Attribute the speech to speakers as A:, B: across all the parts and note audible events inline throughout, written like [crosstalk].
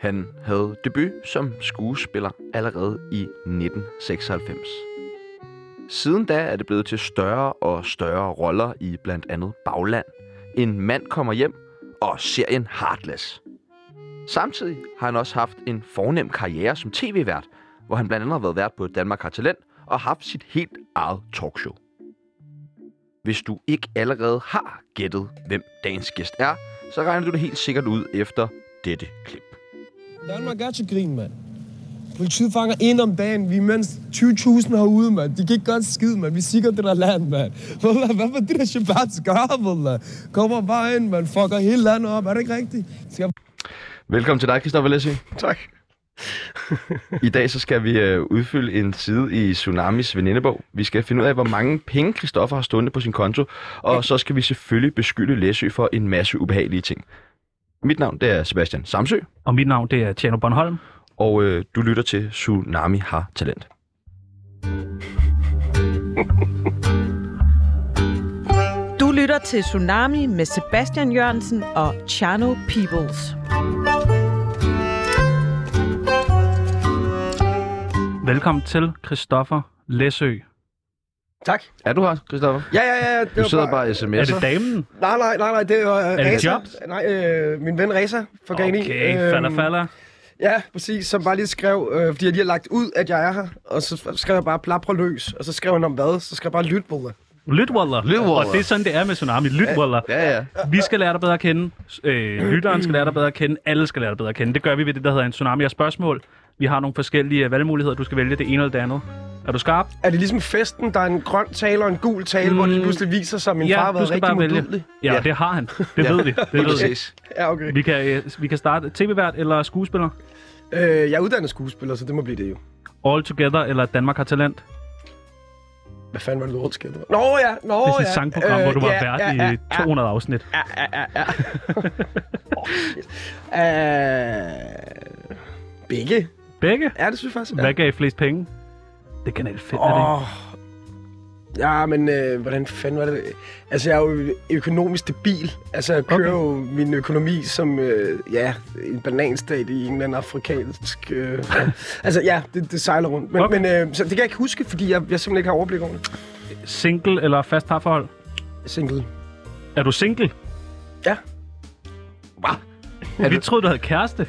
A: Han havde debut som skuespiller allerede i 1996. Siden da er det blevet til større og større roller i blandt andet Bagland, En mand kommer hjem og serien Heartless. Samtidig har han også haft en fornem karriere som tv-vært, hvor han blandt andet har været vært på Danmark har talent og haft sit helt eget talkshow. Hvis du ikke allerede har gættet, hvem dagens gæst er, så regner du det helt sikkert ud efter dette klip.
B: Danmark er til grin, mand. Politiet fanger en om dagen. Vi er mindst 20.000 herude, mand. De kan ikke gøre en skid, mand. Vi sikrer det der land, mand. Wallah, Hvad for det der shabats gør, wallah? Kommer bare ind, man. Fucker hele landet op. Er det ikke rigtigt? Skal
A: Velkommen til dig, Christoffer Lessie.
C: Tak.
A: I dag så skal vi øh, udfylde en side i Tsunamis venindebog. Vi skal finde ud af, hvor mange penge Christoffer har stående på sin konto, og så skal vi selvfølgelig beskylde Læsø for en masse ubehagelige ting. Mit navn det er Sebastian Samsø,
C: Og mit navn, det er Tjerno Bornholm.
A: og øh, du lytter til Tsunami har talent.
D: Du lytter til Tsunami med Sebastian Jørgensen og Chano Peoples.
C: Velkommen til Christoffer Læsø.
E: Tak.
A: Er du her, Christoffer?
E: Ja, ja, ja. Det
A: Du
E: var
A: sidder bare og
C: Er
A: sms'er.
C: det damen?
E: Nej, nej, nej, nej. Det var øh,
C: det
E: Reza.
C: Jobs?
E: Nej, øh, min ven Reza fra Ghani.
C: Okay, falder,
E: Øhm.
C: falder.
E: Ja, præcis. Som bare lige skrev, øh, fordi jeg lige har lagt ud, at jeg er her. Og så skrev jeg bare plapre løs. Og så skrev han om hvad? Så skrev jeg bare lyt, Bulla.
C: Lyt, Waller.
A: Lyt, Waller.
C: Og det er sådan, det er med Tsunami. Lyt, Waller.
A: Ja, ja.
C: Vi skal lære dig bedre at kende. Øh, lytteren skal lære dig bedre at kende. Alle skal lære dig bedre at kende. Det gør vi ved det, der hedder en Tsunami af spørgsmål. Vi har nogle forskellige øh, valgmuligheder. Du skal vælge det ene eller det andet. Er du skarp?
E: Er det ligesom festen, der er en grøn tale og en gul tale, mm. hvor det pludselig viser sig, at min far har været rigtig modbydelig?
C: Ja,
A: Ja.
C: det har han. Det ved vi. Det
A: Helt
C: ved vi.
A: præcis.
E: Ja, okay.
C: Vi kan, øh, vi kan starte tv-vært eller skuespiller.
E: Øh, jeg er uddannet skuespiller, så det må blive det jo.
C: All Together eller Danmark har talent.
E: Hvad fanden var det, du skete? Nå ja, nå
C: Det er sådan
E: ja. Øh,
C: et sangprogram, hvor du var
E: ja,
C: vært
E: ja, ja,
C: i 200 afsnit.
E: Ja, ja, ja, ja. Åh, shit. Øh, Begge.
C: Begge?
E: Ja, det synes jeg faktisk.
C: Hvad gav I flest penge? Det kan helt fedt, oh. er det ikke?
E: Åh. Ja, men øh, hvordan fanden var det? Altså, jeg er jo økonomisk stabil. Altså, jeg kører okay. jo min økonomi som, øh, ja, en bananstat i en eller anden afrikansk... Øh, altså, ja, det, det sejler rundt. Men,
C: Okay.
E: okay. men øh, så det kan jeg ikke huske, fordi jeg, jeg simpelthen ikke har overblik over det.
C: Single eller fast parforhold?
E: Single.
C: Er du single?
E: Ja.
C: Vi troede, du havde kæreste.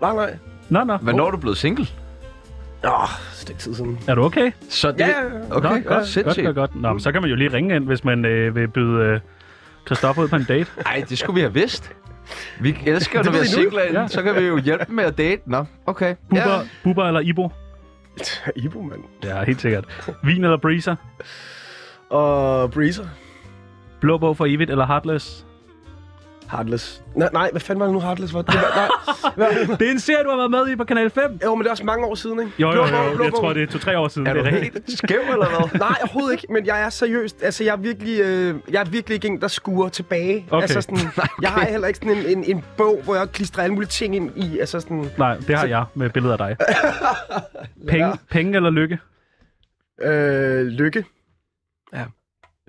E: Nej, nej.
C: Nå, nå.
A: Hvornår er du blevet single?
E: Åh, stykke tid siden.
C: Er du okay?
A: Så det...
E: Ja, ja, ja.
A: Okay,
C: nå,
A: godt,
C: godt,
A: sindssygt.
C: godt, godt. Nå, men så kan man jo lige ringe ind, hvis man øh, vil byde øh, Christoffer ud på en date.
A: Ej, det skulle vi have vidst. Vi elsker, når vi er
E: ved I nu.
A: singler, ja.
C: Ja.
A: så kan vi jo hjælpe dem med at date. Nå, okay.
C: Bubber, ja. Bubber eller Ibo?
E: Ibo, mand.
C: Ja, helt sikkert. Vin eller Breezer?
E: Og Breezer.
C: Blå bog for evigt eller Heartless?
E: Heartless. Nej, nej, hvad fanden var det nu, Heartless var? Det var nej.
C: [laughs]
E: Hvad-
C: Det er en serie, du har været med i på Kanal 5.
E: Jo, men det er også mange år siden, ikke?
C: Jo, jo,
E: Blå bog,
C: jo.
E: blå
C: Jeg
E: bog.
C: tror, det er to-tre år siden.
A: Er
C: det
A: du
C: er rigtigt.
A: helt skæv, eller hvad?
E: [laughs] Nej, overhovedet ikke, men jeg er seriøst. Altså, jeg er virkelig, øh, jeg er virkelig ikke en, der skuer tilbage.
C: Okay.
E: Altså, [laughs] sådan, Jeg har heller ikke sådan en, en, en bog, hvor jeg klistrer alle mulige ting ind i. Altså, sådan,
C: Nej, det har jeg med billeder af
E: [laughs]
C: dig. Penge, penge eller lykke?
E: øh, lykke.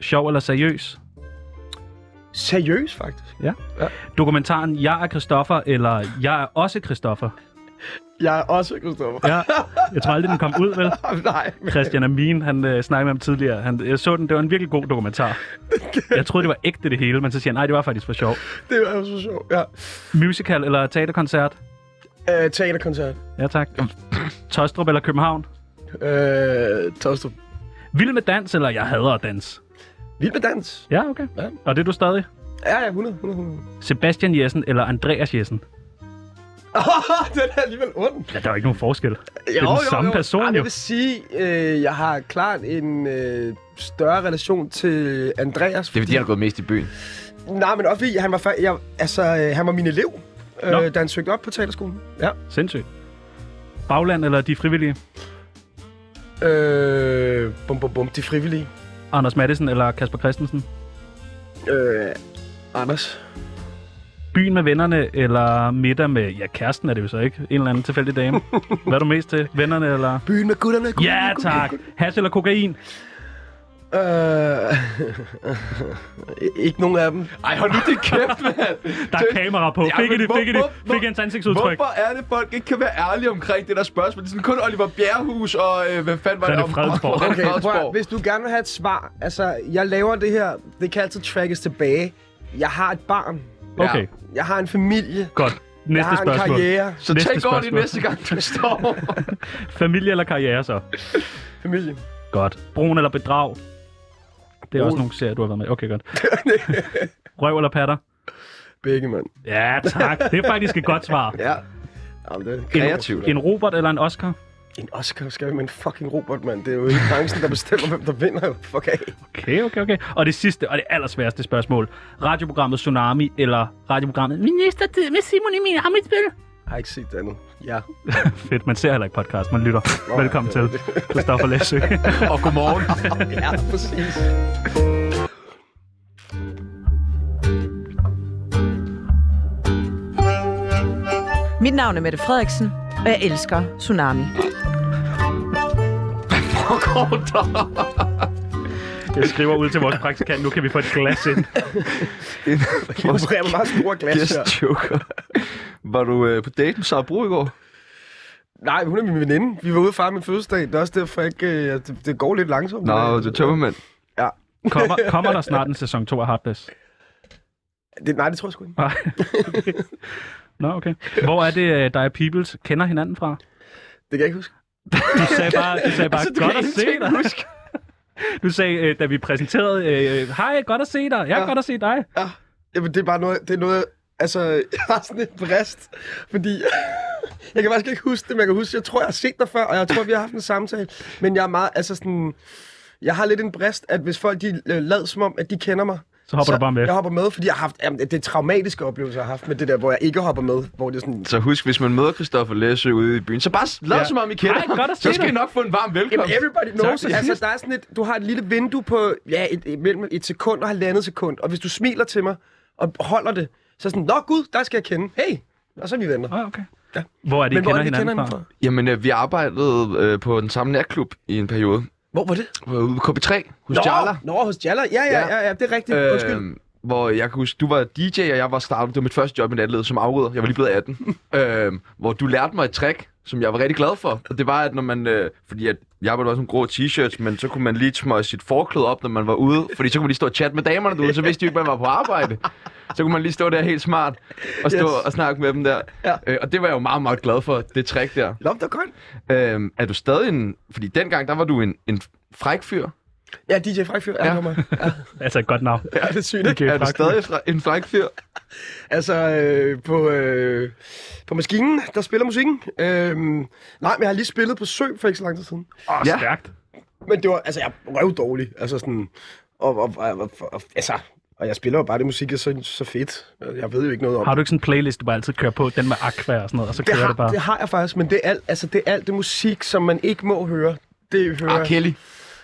C: Sjov eller seriøs?
E: Seriøs, faktisk.
C: Dokumentaren Jeg er Christoffer, eller Jeg er også Christoffer.
E: Jeg er også Kristoffer.
C: Ja, jeg tror aldrig, den kom ud, vel?
E: [laughs] Nej, men
C: Christian Amin, han øh, snakkede med ham tidligere. Han, jeg så den, det var en virkelig god dokumentar. Jeg troede, det var ægte det hele, men så siger han, nej, det var faktisk for sjov.
E: det var jo så sjovt. Ja.
C: Musical eller teaterkoncert?
E: Øh, teaterkoncert.
C: Ja, tak. Tostrup eller København?
E: Øh, Tostrup.
C: Vild med dans, eller Jeg hader at danse?
E: Vild med dans.
C: Ja, okay.
E: Ja.
C: Og det er du stadig?
E: Ja, ja, 100, 100, [laughs] 100.
C: Sebastian Jessen eller Andreas Jessen?
E: Oh, den er alligevel ond.
C: Ja, der er jo ikke nogen forskel. Det er den samme person,
E: Ej,
C: jo.
E: Jeg vil sige, øh, jeg har klart en øh, større relation til Andreas.
A: Det er fordi, han har gået mest i byen.
E: Nej, men også fordi han var, før, jeg, altså, øh, han var min elev,
C: Nå.
E: øh, da han søgte op på teaterskolen. Ja.
C: Sindssygt. Bagland eller De Frivillige?
E: Øh, bum, bum, bum, de frivillige.
C: Anders Madsen eller Kasper Christensen?
E: Øh, Anders.
C: Byen med vennerne, eller middag med, ja, kæresten er det jo så ikke, en eller anden
A: [laughs]
C: tilfældig dame. Hvad er du mest til? Vennerne, eller...
E: Byen med gutterne.
C: Ja, tak. Hash eller kokain?
E: [laughs] Øh, ikke nogen af dem.
A: Ej, hold nu det kæft, mand.
C: Der er kamera på.
A: Ja,
C: Fik
A: men
C: det,
A: hvor-
C: fik det,
A: hvor-
C: fik hans ansigtsudtryk.
A: Hvorfor er det, folk ikke kan være ærlige omkring det der spørgsmål? Det er sådan kun Oliver Bjerrehus og øh, hvad fanden var
C: René
A: det? om-
C: Fredensborg.
A: René
E: Okay, prøv, at høre.
A: Fredensborg.
E: hvis du gerne vil have et svar, altså, jeg laver det her, det kan altid trackes tilbage. Jeg har et barn,
C: Okay,
E: jeg har en familie,
C: godt.
E: jeg
C: Næste
E: har en
C: spørgsmål.
E: karriere.
A: Så
C: Næste
A: tænk over det
C: spørgsmål.
A: næste gang, du
E: [laughs]
A: står.
C: Familie eller karriere så?
E: Familie.
C: Godt. Brun eller bedrag? Det er også nogle serier, du har været med. i.
A: [laughs]
C: Okay, godt. Røv eller patter?
E: Begge, mand.
C: Ja, tak. Det er faktisk et godt svar.
E: Ja. Jamen, det er
A: Kreativt.
C: En Robert eller en Oscar?
E: En Oscar skal vi med en fucking robot, mand. Det er jo ikke branchen, der bestemmer, hvem der vinder. Fuck af.
C: Okay, okay, okay. Og det sidste, og det allersværeste spørgsmål. Radioprogrammet Tsunami eller radioprogrammet Ministertid med Simon Emil Amitsbøl?
E: Jeg har ikke set det andet. Ja.
C: Fedt, man ser heller ikke podcast, man lytter. Velkommen til, Christoffer
E: [laughs]
C: Læsø.
A: og godmorgen.
E: Ja, [laughs] præcis.
D: Mit navn er Mette Frederiksen, og jeg elsker Tsunami.
C: Jeg skriver ud til vores praktikant, nu kan vi få et glas ind.
E: Jeg opererer med meget store glas her.
A: Guest joker. Var du øh, på date med Sara Bro i går?
E: Nej, hun er min veninde. Vi var ude og fejre min fødselsdag. Det er også derfor, jeg ikke... øh, Det, det går lidt langsomt.
A: Nå, det er tømmermænd.
C: Kommer, kommer der snart en sæson 2 af Hardness?
E: det, nej, det tror jeg sgu ikke.
C: Nej. Nå, okay. Hvor er det, øh, dig og Peoples kender hinanden fra?
E: Det kan jeg ikke huske.
C: Du sagde bare, du sagde bare altså,
E: du
C: godt
E: kan
C: at se
E: ingenting
C: dig. Du sagde, øh, da vi præsenterede, øh, hej, godt at se dig. Ja, ja.
E: Ja.
C: godt at se dig.
E: Ja. Jamen, det er bare noget... Det er noget altså, [laughs] jeg har sådan et brist, fordi... [laughs] Jeg kan faktisk ikke huske det, men jeg kan huske, jeg tror, jeg har set dig før, og jeg tror, vi har haft en samtale. Men jeg er meget, altså sådan... Jeg har lidt en brist, at hvis folk de øh, lader som om, at de kender mig,
C: Så hopper du bare med.
E: Jeg hopper med, fordi jeg har haft, jamen, det er traumatiske oplevelser, jeg har haft med det der, hvor jeg ikke hopper med, hvor det er sådan,
A: Så husk, hvis man møder Christoffer Læsø ude i byen, så bare s- lad
C: Ja.
A: som om I kender
C: Ej,
A: ham.
C: godt at se
A: Så skal
C: dig.
A: I nok få en varm velkomst.
E: Jamen, everybody knows
C: Tak.
E: it. Altså, der er sådan et, du har et lille vindue på, ja, et, et, mellem et sekund og halvandet sekund, og hvis du smiler til mig og holder det, så er sådan, nå gud, der skal jeg kende. Hey! Og så er vi venner.
C: Ah, okay.
E: Ja.
C: Hvor er det, I
E: Men hvor
C: kender
E: er det, vi
C: hinanden
E: kender
C: fra?
E: hinanden
A: Jamen, øh, vi arbejdede øh, på den samme natklub i en periode.
E: Hvor var det?
A: Vi var ude på KB3 hos
E: Nå,
A: Jala.
E: Nå, hos Jalla. Ja, ja,
A: Ja.
E: ja, ja, det er rigtigt. Undskyld.
A: Øh, hvor jeg kan huske, du var DJ, og jeg var startet. Det var mit første job i natleder som afrydder. Jeg var lige blevet
E: [laughs]
A: 18. øh, hvor du lærte mig et trick, som jeg var rigtig glad for. Og det var, at når man... Øh, fordi at jeg arbejdede også med grå t-shirts, men så kunne man lige smøge sit forklæde op, når man var ude. Fordi så kunne man lige stå og chatte med damerne derude, så vidste de jo ikke, man var på arbejde. Så kunne man lige stå der helt smart og stå yes.
E: Yes.
A: og snakke med dem der.
E: Ja.
A: Øh, og det var jeg jo meget, meget glad for, det trick der.
E: Lom, der godt.
A: Øh, er du stadig en... Fordi dengang, der var du en, en fræk fyr.
E: Ja, DJ Frækfyr.
A: Ja.
E: Ja. Ja. ja,
C: Altså et godt navn.
E: det [laughs] er sygt, ikke?
C: Okay,
A: Er du
C: fuck.
A: stadig fra- en fræk fyr?
E: Altså, øh, på, øh, på maskinen, der spiller musikken. Øh, nej, men jeg har lige spillet på Sø for ikke så lang tid siden.
C: Åh,
A: Ja.
C: stærkt.
E: Men det var, altså, jeg røv dårlig. Altså sådan, og, og, og, og, og, altså, og jeg spiller jo bare det musik, er så, så fedt. Jeg ved jo ikke noget om
C: Har du ikke sådan en playlist, du bare altid kører på? Den med Aqua og sådan noget, og så
E: det.
C: kører
E: har,
C: det bare.
E: det har jeg faktisk, men det er, alt, altså, det er alt det musik, som man ikke må høre. Det hører...
A: Ah,
E: Okay.
A: Kelly.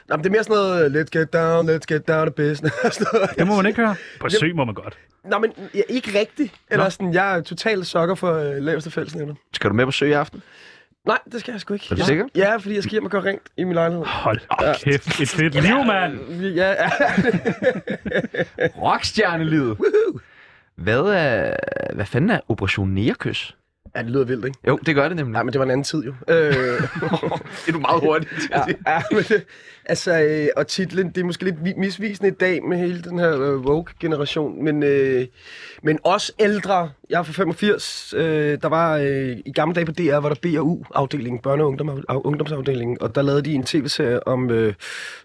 E: Nå, men det er mere sådan noget, øh, let's get down, let's get down to business. [laughs] sådan noget.
C: Det må man ikke høre. På sø må man godt.
E: Nå, men jeg, ikke rigtigt. Eller
C: Nå.
E: sådan, jeg er totalt sokker for øh, laveste fællesnævner.
A: Skal du med på sø i aften?
E: Nej, det skal jeg sgu ikke.
A: Er du sikker?
E: Ja, fordi jeg skal hjem og gøre rent i min lejlighed.
C: Hold op, kæft. Et fedt liv, mand.
E: Ja, ja.
A: Rockstjernelivet. Hvad er... Hvad fanden er Operation Nærkys?
E: ja, det lyder vildt, ikke?
A: Jo, det gør det nemlig.
E: Nej, men det var en anden tid jo. Øh,
A: det er du meget hurtigt.
E: ja, ja, men det, altså, øh, og titlen, det er måske lidt vi- misvisende i dag med hele den her øh, Vogue-generation, men, øh, men også ældre. Jeg er fra 85, øh, der var øh, i gamle dage på DR, var der BRU-afdelingen, børne- og ungdom, af, ungdomsafdelingen, og der lavede de en tv-serie om øh,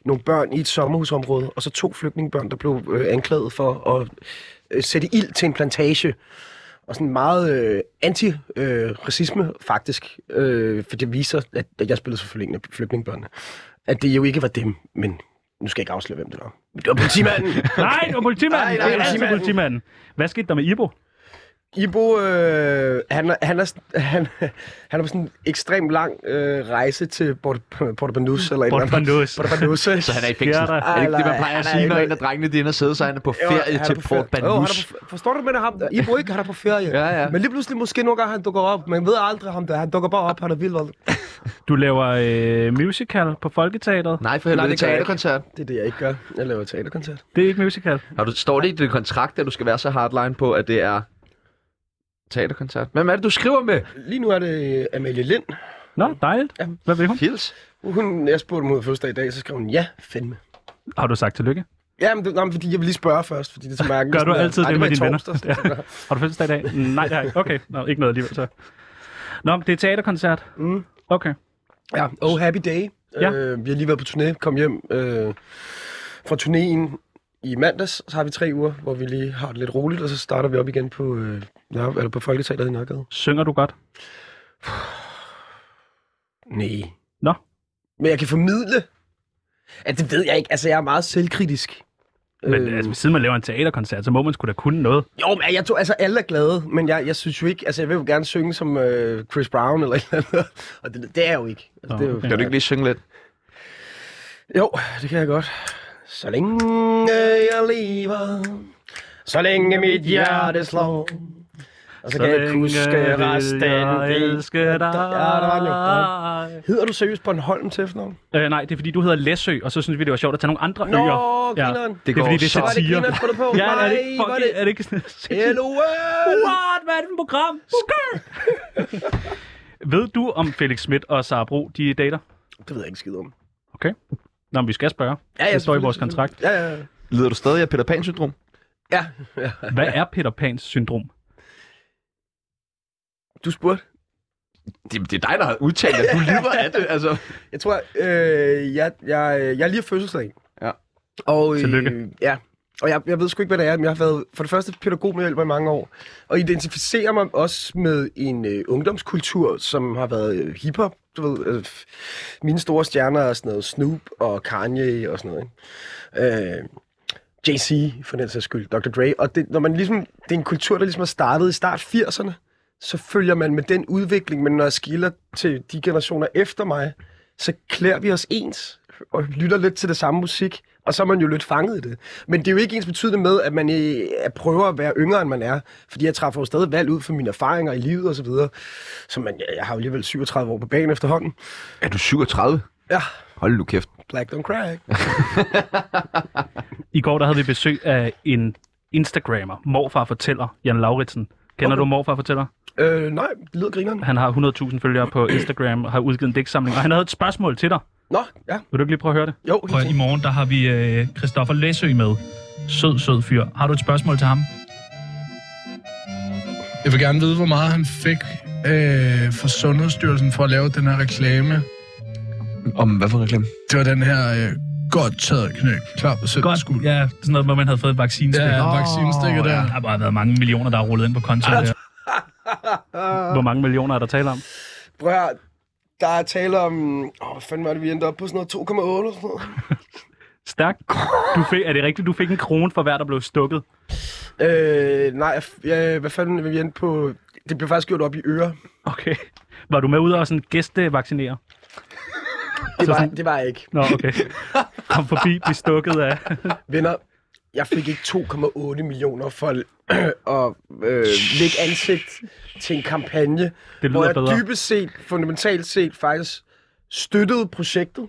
E: nogle børn i et sommerhusområde, og så to flygtningebørn, der blev øh, anklaget for at øh, sætte ild til en plantage og sådan meget øh, anti-racisme, faktisk. Øh, for det viser, at, at jeg spillede selvfølgelig en af flygtningebørnene. At det jo ikke var dem, men nu skal jeg ikke afsløre, hvem det var. Men Det var politimanden!
C: Nej, det var politimanden.
E: Nej, nej,
C: Nej, nej, nej,
E: politimanden.
C: politimanden. Hvad skete der med Ibo?
E: Ibo, øh, han, er- han, er, sådan- han, han er på sådan en ekstremt lang øh, rejse til Port- Porto Banus, eller et eller andet.
C: Bortbanus.
E: Porto Banus.
A: Så han er i
C: fængsel.
A: fængsel.
C: Ja, da.
A: er det ikke det, man
E: Ej,
A: plejer at
E: nej,
A: sige, når
E: nej.
A: en af drengene de ender og sidder, så er han er på
E: Jo,
A: ferie
E: han er
A: til
E: på ferie.
A: Port
E: Jo, han er
A: Banus?
E: på f- forstår du, hvad det er ham? Ibo ikke, han er på ferie.
A: Ja, ja.
E: Men lige pludselig måske nogle gange, han dukker op. Man ved aldrig ham der. Han dukker bare op, han er vild. vold.
C: Du laver øh, musical på Folketeateret.
A: Nej, for
E: Nej,
A: helvede,
E: det gør jeg ikke.
A: teaterkoncert.
E: Det er det, jeg ikke gør. Jeg laver teaterkoncert.
C: Det er ikke musical.
A: Har du, står det i din kontrakt, at du skal være så hardline på, at det er teaterkoncert? Hvem er det, du skriver med?
E: Lige nu er det Amalie Lind.
C: Nå, dejligt.
E: Ja.
C: Hvad vil hun?
A: Fils.
E: Hun, jeg spurgte mod første i dag, så skrev hun, ja, fandme.
C: Har du sagt tillykke?
E: Ja, men det, nej, men fordi jeg vil lige spørge først, fordi det er så mærkeligt.
C: Gør du
E: Sådan,
C: altid
E: "Ej,
C: det
E: var
C: med
E: i
C: dine venner?"
E: torsdags.
C: Ja. Har du fødselsdag i dag? Nej, det har jeg ikke. Okay, Nå, ikke noget alligevel så. Nå, men det er teaterkoncert.
E: Mm.
C: Okay.
E: Ja, Oh Happy Day.
C: Ja.
E: Ja. Øh, vi har lige været på turné, kom hjem øh, fra turnéen i mandags. Så har vi tre uger, hvor vi lige har det lidt roligt, og så starter vi op igen på, øh, ja, eller på Folketeateret i Nørregade.
C: Synger du godt?
E: Nej.
C: Nå.
E: Men jeg kan formidle. Ja, det ved jeg ikke. Altså, jeg er meget selvkritisk.
C: Men
E: Øh,
C: altså, siden man laver en teaterkoncert, så må man sgu da kunne noget.
E: Jo, men jeg tror, altså alle er glade, men jeg, jeg synes jo ikke, altså jeg vil jo gerne synge som øh, Chris Brown eller et eller andet, og det, det er jeg jo ikke. Altså,
C: Nå,
E: det er jo,
C: okay.
A: Kan du ikke lige synge lidt?
E: Jo, det kan jeg godt. Så længe jeg lever, så længe mit hjerte slår, og så, kan jeg ikke huske resten.
C: jeg elske dig.
E: Ja, der var den jo. Hedder du seriøst Bornholm til efternavn?
C: Øh, nej, det er fordi, du hedder Læsø, og så synes vi, det var sjovt at tage nogle andre
E: Nå,
C: øer.
E: grineren.
C: Det, det er
A: går
C: fordi, det er
A: så-
E: Var det
C: satire.
E: grineren, tror du på?
C: Ja, er det ikke,
E: Nej, var
C: fuck,
E: det-
C: er det ikke sådan
E: [laughs] LOL!
C: What? Hvad er det for et program?
E: [laughs]
C: Skør! Ved du, om Felix Schmidt og Sara Bro, de dater?
E: Det ved jeg ikke skid om.
C: Okay. Nå, men vi skal spørge.
E: Ja, ja,
C: det står i vores
E: selvfølgelig,
C: kontrakt.
E: Ja, ja, ja.
A: Lider du stadig af Peter Pan-syndrom?
E: ja. ja.
C: Hvad er Peter Pans syndrom?
E: Du spurgte.
A: Det, det er dig, der har udtalt, at du lider af det. Altså.
E: Jeg tror, øh, jeg, jeg, jeg er lige har fødselsdag.
A: Ja.
E: Og, øh,
C: Tillykke.
E: Ja. Og jeg, jeg ved sgu ikke, hvad det er, men jeg har været for det første pædagog med hjælp i mange år, og identificerer mig også med en øh, ungdomskultur, som har været øh, hiphop. Du ved, øh, f- mine store stjerner er sådan noget Snoop og Kanye og sådan noget. Ikke? Øh, Jay-Z, for den sags skyld, Dr. Dre. Og det, når man ligesom, det er en kultur, der ligesom har startet i start 80'erne, så følger man med den udvikling, men når jeg skiller til de generationer efter mig, så klæder vi os ens og lytter lidt til det samme musik, og så er man jo lidt fanget i det. Men det er jo ikke ens betydende med, at man øh, at prøver at være yngre, end man er, fordi jeg træffer jo stadig valg ud fra mine erfaringer i livet osv., så videre. Så man, jeg- jeg har jo alligevel 37 år på banen efterhånden.
A: Er du 37?
E: Ja,
A: Hold nu kæft.
E: black don't crack.
C: I går der havde vi besøg af en Instagrammer, Morfar Fortæller, Jan Lauritsen. Kender okay.
E: Okay.
C: du Morfar Fortæller?
E: Øh, nej, det lyder grineren.
C: Han har 100.000 følgere på Instagram og har udgivet en digtsamling, og han havde et spørgsmål til dig.
E: Nå, ja,
C: Vil du ikke lige prøve at høre det?
E: jo. helt
C: Og i
E: sikkert.
C: morgen, der har vi øh, Christoffer Læsø med. Sød, sød fyr. Har du et spørgsmål til ham?
F: Jeg vil gerne vide, hvor meget han fik øh, fra Sundhedsstyrelsen for at lave den her reklame.
A: Om hvad for reklame?
F: Det var den her øh, godt taget knæk. Klar på selv skud.
C: Ja, det er sådan noget, hvor man havde fået vaccinestik.
F: ja vaccinestikker
C: der
F: der.
C: har bare været mange millioner, der har rullet ind på kontoen. Der. Hvor mange millioner er der tale om?
E: Prøv at høre, der er tale om... Åh, hvad fanden var det, vi endte op på? Sådan noget 2,8 eller sådan noget.
C: Stærkt. Du fik, er det rigtigt, du fik en krone for hver, der blev stukket?
E: Øh, nej, jeg f- ja, hvad fanden vil vi endte på? Det blev faktisk gjort op i ører.
C: Okay. Var du med ude og sådan gæstevaccinere? Så
E: Det var,
C: sådan-
E: det var jeg ikke.
C: Nå, okay. Kom forbi, blive stukket af.
E: Venner, jeg fik ikke 2,8 millioner for [clears throat] at øh, lægge ansigt til en kampagne,
C: Det
E: hvor
C: lyder
E: jeg
C: bedre.
E: dybest set, fundamentalt set faktisk støttede projektet.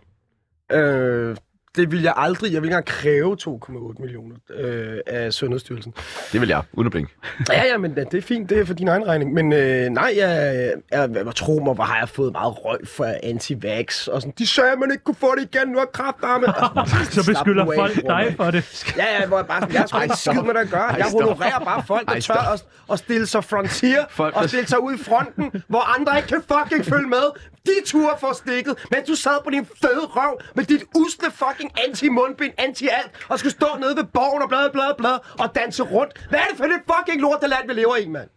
E: Øh, det ville jeg aldrig, jeg ville ikke engang kræve 2,8 millioner øh, af Sundhedsstyrelsen.
A: Det vil jeg, uden at blinke.
E: Ja, ja, men det er fint, det er for din egen regning. Men øh, nej, jeg, jeg, jeg, jeg tror mig, hvor har jeg fået meget røg for anti-vax. Og sådan, de sagde, at man ikke kunne få det igen, nu har kraftarme.
C: [laughs] Så beskylder folk dig for det.
E: Ja, ja, hvor jeg bare sådan, jeg har sgu ikke skid med det at gøre. Jeg honorerer bare folk, der
A: Ej,
E: tør
A: stop.
E: at, at stille sig frontier
A: Folk, der-
E: og stille sig ud i fronten, hvor andre ikke kan fucking følge med. De ture for stikket, men du sad på din fede røv med dit usle fucking anti-mundbind, anti-alt, og skulle stå nede ved borgen og bla bla bla og danse rundt. Hvad er det for det fucking lort, der land, vi lever i, mand?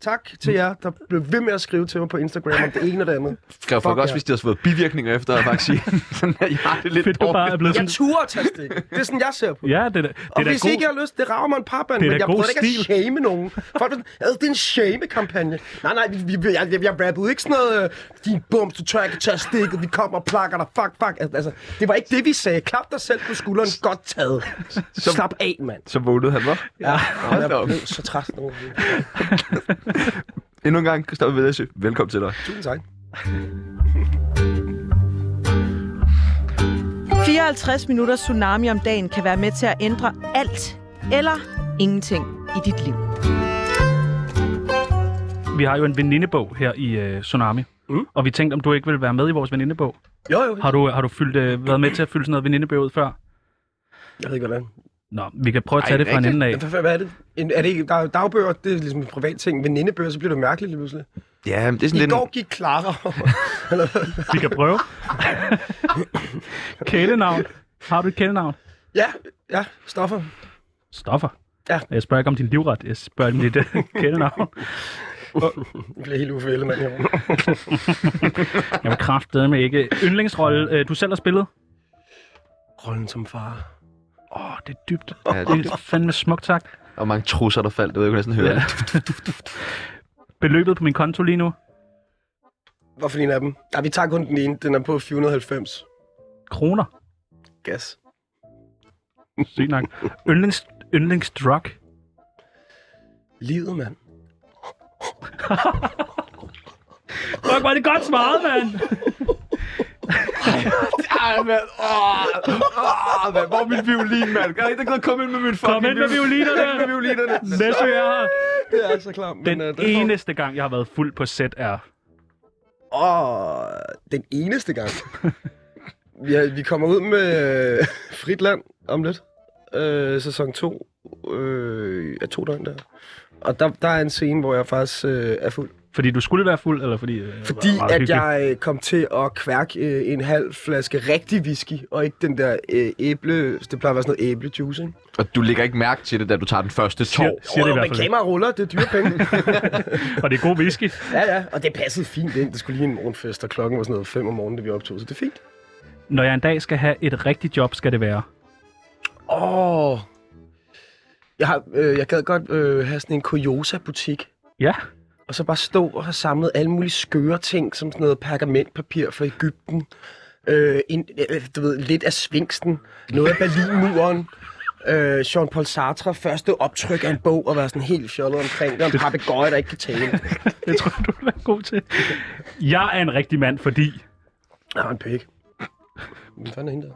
E: Tak til jer, der blev ved med at skrive til mig på Instagram om det ene og det andet.
A: Skrev folk
E: Fuck
A: også,
E: ja.
A: hvis de har fået bivirkninger efter
C: [laughs]
A: vaccinen. Sådan, at jeg har det lidt
C: Fedt, du bare er blevet
E: Jeg
C: sådan...
E: turer at tage stik. Det er sådan, jeg ser på det.
C: Ja, det, er da-
E: Og
C: det er
E: hvis
C: da
E: ikke jeg
C: god.
E: har lyst, det rager mig en parband,
C: Det er
E: men
C: da
E: jeg
C: god
E: prøver da ikke at
C: stil.
E: shame nogen. Folk er sådan, "Ad, det er en shame-kampagne. Nej, nej, vi, vi, jeg, jeg, jeg rappede ikke sådan noget, øh, din bums, du tør ikke tage stikket, vi kommer og plakker dig, fuck, fuck. Al- Altså, det var ikke det, vi sagde. Klap dig selv på skulderen, godt taget. Slap af, mand.
A: Så vågnede han, var.
E: Ja,
A: hold da
E: jeg
A: op.
E: blev så træt nu.
A: Endnu en gang, Christoffer Vedlæsø. Velkommen til dig.
E: Tusind tak.
D: 54 minutter tsunami om dagen kan være med til at ændre alt eller ingenting i dit liv.
C: Vi har jo en venindebog her i øh, Tsunami. Mm. Og vi tænkte, om du ikke ville være med i vores venindebog.
E: Jo, jo.
C: Har du, har du fyldt, øh, været med til at fylde sådan noget venindebog ud før?
E: Jeg ved ikke, hvordan.
C: Nå, vi kan prøve at tage
A: Ej,
C: det fra en
A: rigtigt?
C: ende af.
E: Men Hvad hvad er det? En, er det ikke, der er jo dagbøger, det er ligesom en privat ting. Venindebøger, så bliver det mærkeligt lige pludselig.
A: Ja, men det er sådan
E: I
A: lidt...
E: går gik Clara over.
C: Vi kan prøve. kælenavn. Har du et kælenavn?
E: ja, ja, stoffer.
C: Uh. Stoffer.
E: Ja.
C: Jeg spørger ikke om din livret, jeg spørger om dit øh, kælenavn.
E: Jeg bliver helt ufælde, mand. Jeg
C: Jeg vil kraftedeme ikke. Yndlingsrolle, øh, du selv har spillet?
E: Rollen som far.
C: Åh, oh, det er dybt.
A: Ja, det-
C: Det er fandme smukt sagt.
A: Der var mange trusser, der faldt. Det ved jeg kunne næsten høre.
C: Ja.
A: Ja.
C: Beløbet på min konto lige nu?
E: Hvorfor en af dem? Ja, vi tager kun den ene. Den er på 490.
C: Kroner.
E: Gas.
C: Sygt nok. Yndlings, yndlingsdrug?
E: Livet, mand.
C: Fuck, var det godt svaret, mand!
A: Ej, mand. Åh, [laughs] åh, mand. Hvor er min violin, mand? Kan ikke der komme ind med min fucking
C: Kom ind med violinerne!
A: med
C: [laughs]
A: violinerne.
C: Læs, jeg er her.
E: øh, Det er så klart.
C: Den eneste gang, jeg har været fuld på set, er...
E: Åh, den eneste gang. ja, vi kommer ud med øh, Fritland om lidt. Øh, sæson 2. Øh, er to døgn der. Og der, der er en scene, hvor jeg faktisk øh, er fuld.
C: Fordi du skulle være fuld, eller fordi... Øh,
E: Fordi
C: det var meget
E: at
C: hyggeligt?
E: jeg øh, kom til at kværke øh, en halv flaske rigtig whisky, og ikke den der øh, æble... Det plejer at være sådan noget æblejuice, ikke?
A: Og du lægger ikke mærke til det, da du tager den første
C: Siger,
A: tår.
C: siger det i hvert
E: men
C: fald.
E: kamera ruller, det er dyre
C: [laughs]
E: penge.
C: ikke. Og det er god whisky.
E: ja, ja, og det passede fint ind. Det skulle lige en morgenfest, og klokken var sådan noget 5 om morgenen, da vi optog, så det er fint.
C: Når jeg en dag skal have et rigtigt job, skal det være.
E: Åh. Oh. Jeg, har, øh, jeg gad godt øh, have sådan en Coyosa-butik,
C: Ja,
E: og så bare stå og have samlet alle mulige skøre ting, som sådan noget pergamentpapir fra Ægypten, øh, en, øh, du ved, lidt af Svinksten, noget af Berlinmuren, øh, Jean-Paul Sartre, første optryk af en bog, og være sådan helt fjollet omkring det, og
C: [laughs]
E: en papegøje, der ikke kan tale.
C: det tror jeg, du vil være god til. Jeg er en rigtig mand, fordi...
E: Nå, en pæk. Hvad fanden er hende der?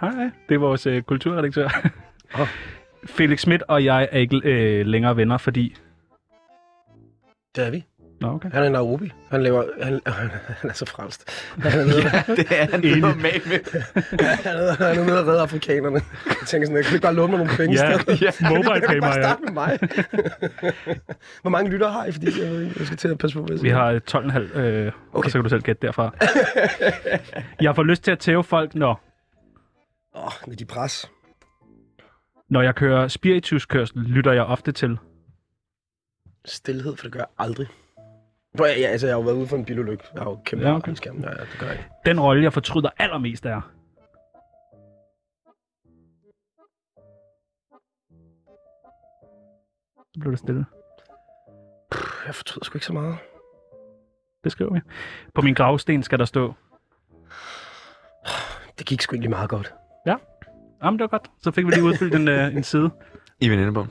C: Hej, det er vores øh, kulturredaktør. Oh. Felix Schmidt og jeg er ikke øh, længere venner, fordi...
E: Det er vi.
C: Nå, okay.
E: Han er i Nairobi. Han laver... Han, [laughs] han er så frelst. Han er nede
A: Det er han
C: Enig.
A: normalt med.
E: Han er- han er nede og redder afrikanerne. Jeg tænker sådan, jeg kan du ikke bare låne mig nogle penge i
C: Ja,
E: stedet? [laughs]
C: ja. mobile
E: Kan du ikke
C: paymer,
E: bare
C: ja.
E: starte med mig? [laughs] Hvor mange lytter har I? Fordi jeg, ved ikke, jeg skal til at passe på, hvad jeg
C: Vi
E: siger.
C: har øh, 12,5, øh, okay. og så kan du selv gætte derfra. jeg får lyst til at tæve folk, når,
E: Åh, oh, med de pres.
C: når jeg kører spirituskørsel, lytter jeg ofte til.
E: Stilhed, for det gør jeg aldrig. Hvor jeg, jeg, altså, jeg har jo været ude for en bilulykke. Jeg har jo kæmpe
C: Ja,
E: ja,
C: okay.
E: okay. skærm. Ja, ja, det gør jeg ikke.
C: Den rolle, jeg fortryder allermest, er... Så blev det stille.
E: Jeg fortryder sgu ikke så meget.
C: Det skriver vi. På min gravsten skal der stå.
E: Det gik sgu egentlig meget godt.
C: Jamen, det var godt. Så fik vi lige udfyldt en, øh, en side.
A: I venindebom.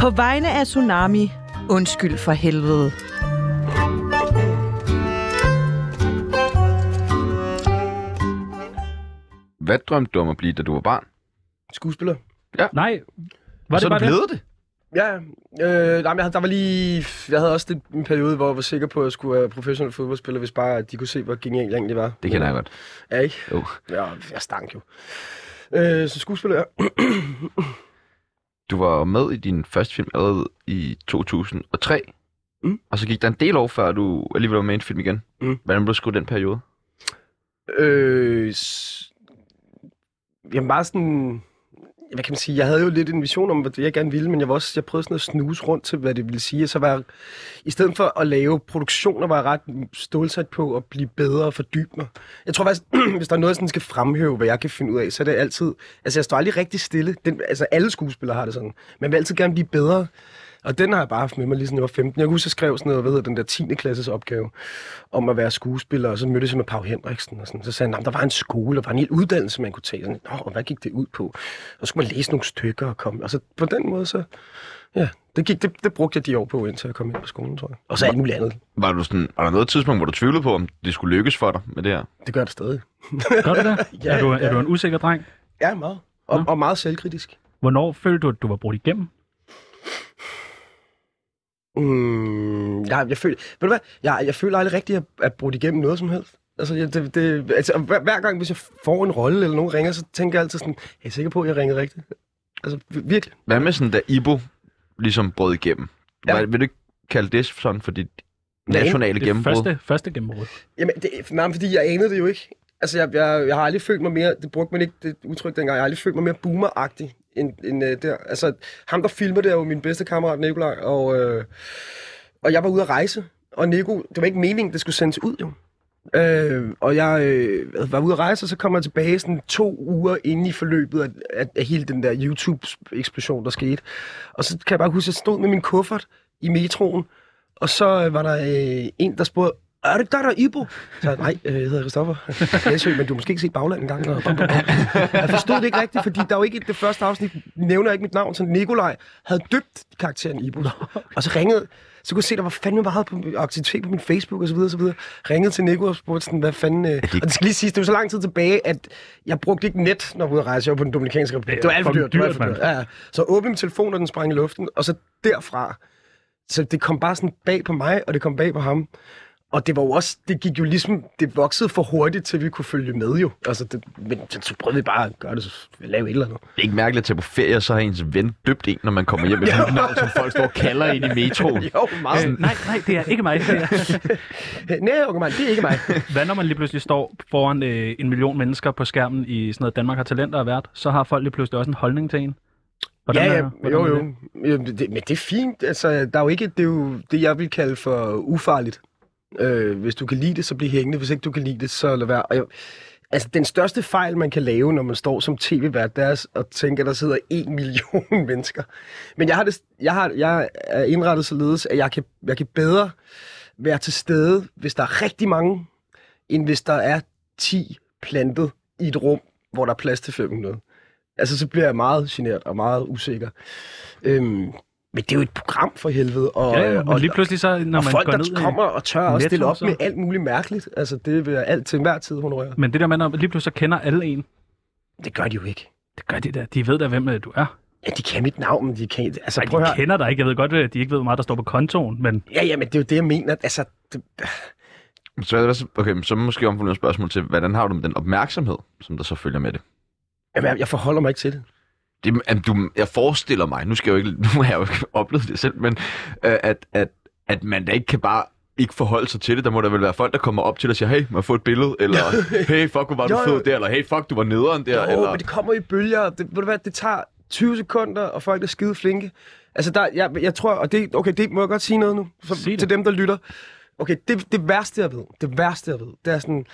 D: På vegne af Tsunami, undskyld for helvede.
A: Hvad drømte du om at blive, da du var barn?
E: Skuespiller.
C: Nej, var
A: så
C: det
A: er
C: bare
A: du
C: det?
A: blevet det?
E: Ja, ja. øh, nej, men jeg, havde- der var lige... Jeg havde også lidt en periode, hvor jeg var sikker på, at jeg skulle være professionel fodboldspiller, hvis bare de kunne se, hvor genial jeg egentlig var.
A: Det kender jeg godt.
E: Ja, ikke?
A: Jo.
E: Ja, jeg stank jo. Øh, så skuespiller, ja.
A: Du var med i din første film allerede i 2003.
E: Mm.
A: Og så gik der en del år, før du alligevel var med i en film igen.
E: Mm.
A: Hvordan blev du sgu den periode?
E: Øh, s- jamen bare sådan... Hvad kan man sige? Jeg havde jo lidt en vision om, hvad det jeg gerne ville, men jeg, var også, jeg prøvede sådan at snuse rundt til, hvad det ville sige. Og Så var jeg, I stedet for at lave produktioner, var jeg ret stålsat på at blive bedre og fordybe mig. Jeg tror faktisk, [clears throat] hvis der er noget, jeg sådan skal fremhæve, hvad jeg kan finde ud af, så er det altid... Altså, jeg står aldrig rigtig stille. Den, altså, alle skuespillere har det sådan. Man vil altid gerne blive bedre. Og den har jeg bare haft med mig lige siden jeg var 15. Jeg kan huske, jeg skrev sådan noget, hvad hedder den der 10. klasses opgave, om at være skuespiller, og så mødtes jeg med Pau Henriksen, og sådan. så sagde han, "Nå, men der var en skole, og var en hel uddannelse, man kunne tage. Sådan, Nå, og hvad gik det ud på? Og så skulle man læse nogle stykker og komme. Og så på den måde, så, ja, det, gik, det, det brugte jeg de år på, indtil jeg kom ind på skolen, tror jeg. Og så alt muligt andet.
A: Var, du sådan, var der noget tidspunkt, hvor du tvivlede på, om det skulle lykkes for dig med det her?
E: Det gør det stadig.
C: Gør du det?
A: [laughs]
E: Ja,
C: ja, er, du,
E: ja.
C: er du en usikker dreng?
E: Ja, meget. Og, og meget selvkritisk.
C: Hvornår følte du, at du var brudt igennem?
E: Mm, jeg, jeg føler, ved du hvad, jeg, jeg føler aldrig rigtigt, at jeg er brudt igennem noget som helst. Altså, jeg, det, det, altså hver, hver gang, hvis jeg får en rolle, eller nogen ringer, så tænker jeg altid sådan, er jeg sikker på, at jeg ringede rigtigt? Altså, vir- virkelig.
A: Hvad med sådan, da Ibo ligesom brød igennem?
E: Ja.
A: Ja. Var, vil du ikke kalde det sådan for dit
E: Nej,
A: nationale
C: Det
A: gennembrud?
C: første, første gennembrud.
E: Jamen, det, nej, men fordi jeg anede det jo ikke. Altså, jeg, jeg, jeg har aldrig følt mig mere, det brugte man ikke det udtryk dengang, jeg har aldrig følt mig mere boomeragtig end, end øh, der. Altså, ham der filmer det er jo min bedste kammerat, Nikolaj, og, øh, og jeg var ude at rejse, og Nico, det var ikke meningen, det skulle sendes ud jo. Øh, og jeg øh, var ude at rejse, og så kommer jeg tilbage sådan to uger inde i forløbet af, af, af hele den der YouTube-eksplosion, der skete. Og så kan jeg bare huske, at jeg stod med min kuffert i metroen, og så øh, var der øh, en, der spurgte, er det dig, der er Ibo? Så jeg, nej, øh, jeg hedder Christoffer. [laughs] Jeg men du har måske ikke set bagland engang. Og bam, bam, bam. Jeg forstod det ikke rigtigt, fordi der er jo ikke det første afsnit, nævner ikke mit navn, så Nikolaj havde døbt karakteren Ibo. Og så ringede, så kunne jeg se, der var fandme meget på aktivitet på min Facebook og så videre, og så videre. Ringede til Nico og spurgte sådan, hvad fanden... Øh... Og det skal lige siges, det var så lang tid tilbage, at jeg brugte ikke net, når jeg var ude at rejse. Jeg var på den dominikanske republik.
C: Det
E: Det,
C: er
E: var alt for
C: fucking
E: dyrt. Det var alt
C: dyrt,
E: for dyrt.
C: mand.
E: Ja, ja. Så åbnede min telefon, og den sprang i luften, og så derfra. Så det kom bare sådan bag på mig, og det kom bag på ham. Og det var jo også, det gik jo ligesom, det voksede for hurtigt, til vi kunne følge med jo. Altså, det, men så prøvede vi bare at gøre det, så lave et eller andet.
A: Det er ikke mærkeligt at tage på ferie, og så har ens ven døbt en, når man kommer hjem med et nyt navn, som folk står og kalder ind i
E: [laughs]
A: metroen.
E: Jo, meget.
C: Øh, nej, nej, det er ikke mig. Det
A: [laughs]
C: er.
E: Nej, okay, man, det er ikke mig.
C: Hvad når man lige pludselig står foran øh, en million mennesker på skærmen i sådan noget Danmark har talenter og vært, så har folk lige pludselig også en holdning til en. Hvordan
E: ja,
C: er-
E: ja,
C: hvordan
E: jo,
C: er
E: jo.
C: det?
E: Jamen, Det, men det er fint. Altså, der er jo ikke, det er jo det, jeg vil kalde for ufarligt. Øh, hvis du kan lide det, så bliv hængende. Hvis ikke du kan lide det, så lad være. Og jeg, altså, den største fejl, man kan lave, når man står som tv-vært deres og tænker, der sidder en [laughs] million mennesker. Men jeg, har det, jeg, har, jeg er indrettet således, at jeg kan, jeg kan bedre være til stede, hvis der er rigtig mange, end hvis der er 10 plantet i et rum, hvor der er plads til 500. Altså, så bliver jeg meget generet og meget usikker. Øhm, men det er jo et program for helvede. Og,
C: Ja, ja,
E: og,
C: og lige pludselig så, når man
E: og folk,
C: går
E: der
C: ned i-
E: kommer og tør at stille
C: Netto,
E: op
C: så.
E: med alt muligt mærkeligt, altså det vil jeg alt til enhver tid honorere.
C: Men det der med, når lige pludselig så kender alle en,
E: Det gør de jo ikke.
C: det gør de der. De ved da, hvem øh, du er.
E: Ja, de kan mit navn, men de kan... Altså,
C: Ej,
E: prøv at
C: de
E: høre.
C: kender dig ikke. Jeg ved godt, at de ikke ved, hvor meget der står på kontoen, men
E: Ja, ja, men det er jo det, jeg mener. Altså, det,
A: Så, er det også- okay, men så måske omformulere spørgsmål til, hvordan har du med den opmærksomhed, som der så følger med det?
E: jamen, jeg- jeg forholder mig ikke til det.
A: det at du, jeg forestiller mig, nu, skal jeg jo ikke, [laughs] nu har jeg jo ikke oplevet det selv, men øh, at, at, at man da ikke kan bare ikke forholde sig til det. Der må der vel være folk, der kommer op til og siger, hey, må jeg få et billede? Eller, hey, fuck, hvor var du
E: [laughs] Jo, jo.
A: fed der? Eller, hey, fuck, du var nederen der?
E: Jo,
A: eller,
E: men det kommer i bølger. og Det, ved du hvad, det tager 20 sekunder, og folk er skide flinke. Altså, der, jeg, jeg tror, og det, okay, det må jeg godt sige noget nu, for,
C: Sig det.
E: til dem, der lytter. Okay, det, det værste, jeg ved, det værste, jeg ved, det er sådan,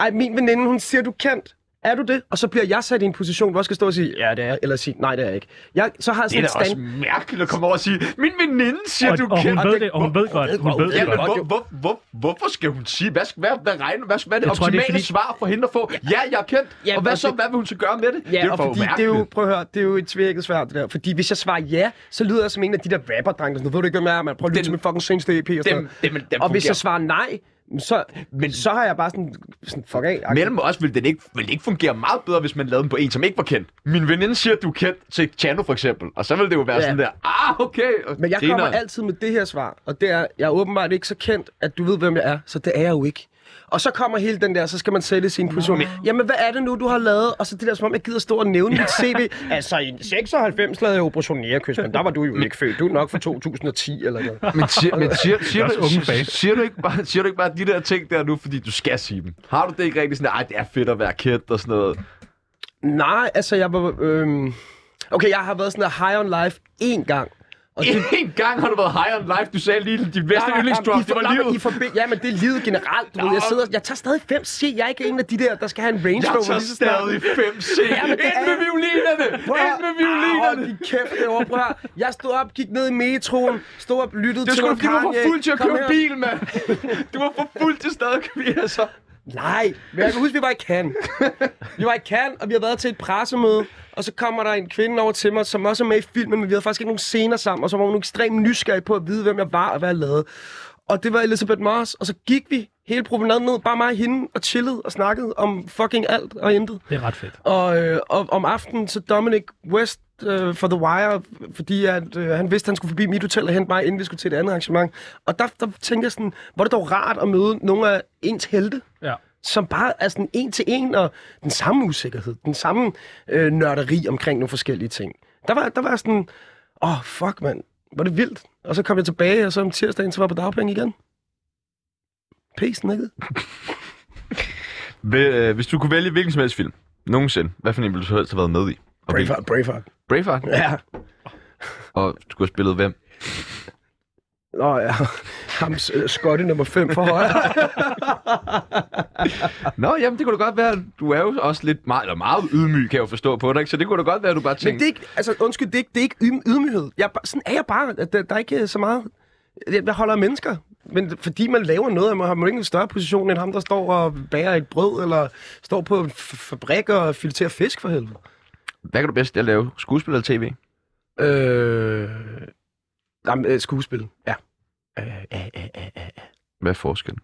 E: ej, min veninde, hun siger, du er kendt. Er du det? Og så bliver jeg sat i en position, hvor jeg skal stå og sige, ja, det er, jeg," eller sige, nej, det er jeg ikke. Jeg, så har jeg
A: det er
E: sådan
A: da også
E: et stand...
A: mærkeligt at komme over og sige, min veninde siger,
C: og,
A: du
C: og, hun
A: kender
C: ved det, og hun ved godt, hun ved
A: Ja,
C: det
A: men
C: godt.
A: hvor, hvor, hvor, hvorfor skal hun sige, hvad, hvad, hvad, regner, hvad, hvad er det
C: Jeg tror, det er
A: optimale
C: fordi-
A: svar for hende at få? Ja, jeg er kendt,
E: Ja,
A: og hvad
E: og
A: så,
E: det-
A: hvad vil hun så gøre med det?
E: Ja,
A: det er
E: og
A: for
E: fordi det er jo, prøv at høre, det er jo et tvirket svært, det der. Fordi hvis jeg svarer ja, så lyder jeg som en af de der rapperdrenge, der sådan, ved du ikke, hvem jeg er, man prøver at lytte
A: Dem-
E: til min fucking seneste EP og sådan
A: dem-
E: noget.
A: dem- dem
E: og hvis
A: fungerer.
E: jeg svarer nej, så,
A: Men-
E: men, så har jeg bare sådan, sådan fuck af. agtigt.
A: Mellem os ville den ikke, ville det ikke fungere meget bedre, hvis man lavede den på en, som ikke var kendt. Min veninde siger, at du er kendt til Chano for eksempel. Og så ville det jo være ja.
E: Ja.
A: sådan der, ah, okay. Og
E: Men jeg kommer
A: grineren.
E: altid med det her svar, og det er, jeg er åbenbart ikke så kendt, at du ved, hvem jeg er, så det er jeg jo ikke. Og så kommer hele den der, så skal man sætte sin position. Jamen, hvad er det nu, du har lavet? Og så det der, som om jeg gider stå og nævne mit CV. altså, i 96 lavede jeg Operation Nærkys, men der var du jo ikke født. Du er nok fra 2010 eller noget.
A: Men, siger, men siger, siger,
C: også
A: du,
C: unge
A: siger,
C: fag.
A: siger, du ikke bare, siger du ikke bare de der ting der nu, fordi du skal sige dem? Har du det ikke rigtig sådan, nej, det er fedt at være kendt og sådan noget?
E: Nej, altså jeg var... Øhm... Okay, jeg har været sådan der high on life én gang.
A: [laughs]
E: Og det,
A: En gang har du været high on life. Du sagde lige, de bedste yndlingsdrops, det var livet.
E: livet. Ja, men det er livet generelt. Du ved, jeg, sidder, jeg tager stadig 5 C. Jeg er ikke en af de der, der skal have en Range
A: Jeg
E: Rover.
A: tager
E: lige så snart.
A: stadig 5 C. Ind med violinerne!
E: Prøv at-
A: Ind med
E: Ah, Hold
A: violinerne!
E: din kæft derovre, prøv her. Jeg stod op, gik ned i metroen, stod op, lyttede
A: Det
E: til
A: skulle
E: noget
A: fordi, du var for
E: Kanye.
A: fuld til at
E: Kom
A: købe
E: her.
A: bil, mand. Du var for fuld til stadig at købe bil, altså.
E: Nej, men jeg kan huske, vi var i Cannes. vi var i Cannes, og vi har været til et pressemøde, og så kommer der en kvinde over til mig, som også er med i filmen, men vi havde faktisk ikke nogen scener sammen, og så var hun ekstremt nysgerrig på at vide, hvem jeg var og hvad jeg lavede. Og det var Elizabeth Moss, og så gik vi hele promenaden ned, bare mig og hende, og chillede og snakkede om fucking alt og intet.
C: Det er ret fedt.
E: Og, øh, og om aftenen, så Dominic West øh, for The Wire, fordi at, øh, han vidste, at han skulle forbi mit hotel og hente mig, inden vi skulle til et andet arrangement. Og der, der tænkte jeg sådan, var det dog rart at møde nogle af ens helte,
C: Ja.
E: som bare er sådan en til en, og den samme usikkerhed, den samme øh, nørderi omkring nogle forskellige ting. Der var, der var jeg sådan, åh, oh, fuck mand, var det vildt. Og så kom jeg tilbage, og så om tirsdagen, så var jeg på dagpenge igen. Pæsen, ikke?
A: øh, Hvis du kunne vælge hvilken som helst film, nogensinde, hvad for en ville du helst have været med i?
E: Braveheart, Braveheart. [laughs]
A: Braveheart.
E: Ja.
A: Og du kunne have spillet hvem?
E: Nå ja, ham øh, skotte nummer 5 for højre.
A: Nå, jamen det kunne da godt være, du er jo også lidt meget, eller meget ydmyg, kan jeg jo forstå på dig, ikke? så det kunne da godt være, at du bare
E: Men
A: tænkte...
E: det er ikke, altså undskyld, det er ikke, det er ikke ydm- ydmyghed. Jeg, er bare- sådan er jeg bare. at Der, der er ikke øh, så meget... Jeg, jeg holder af mennesker. Men fordi man laver noget, man har man ikke en større position end ham, der står og bærer et brød, eller står på en f- fabrik og fileterer fisk for helvede.
A: Hvad kan du bedst at lave? Skuespil eller tv?
E: Øh... Jamen, øh, skuespil, ja. Øh, øh, øh, øh, øh.
A: Hvad er forskellen?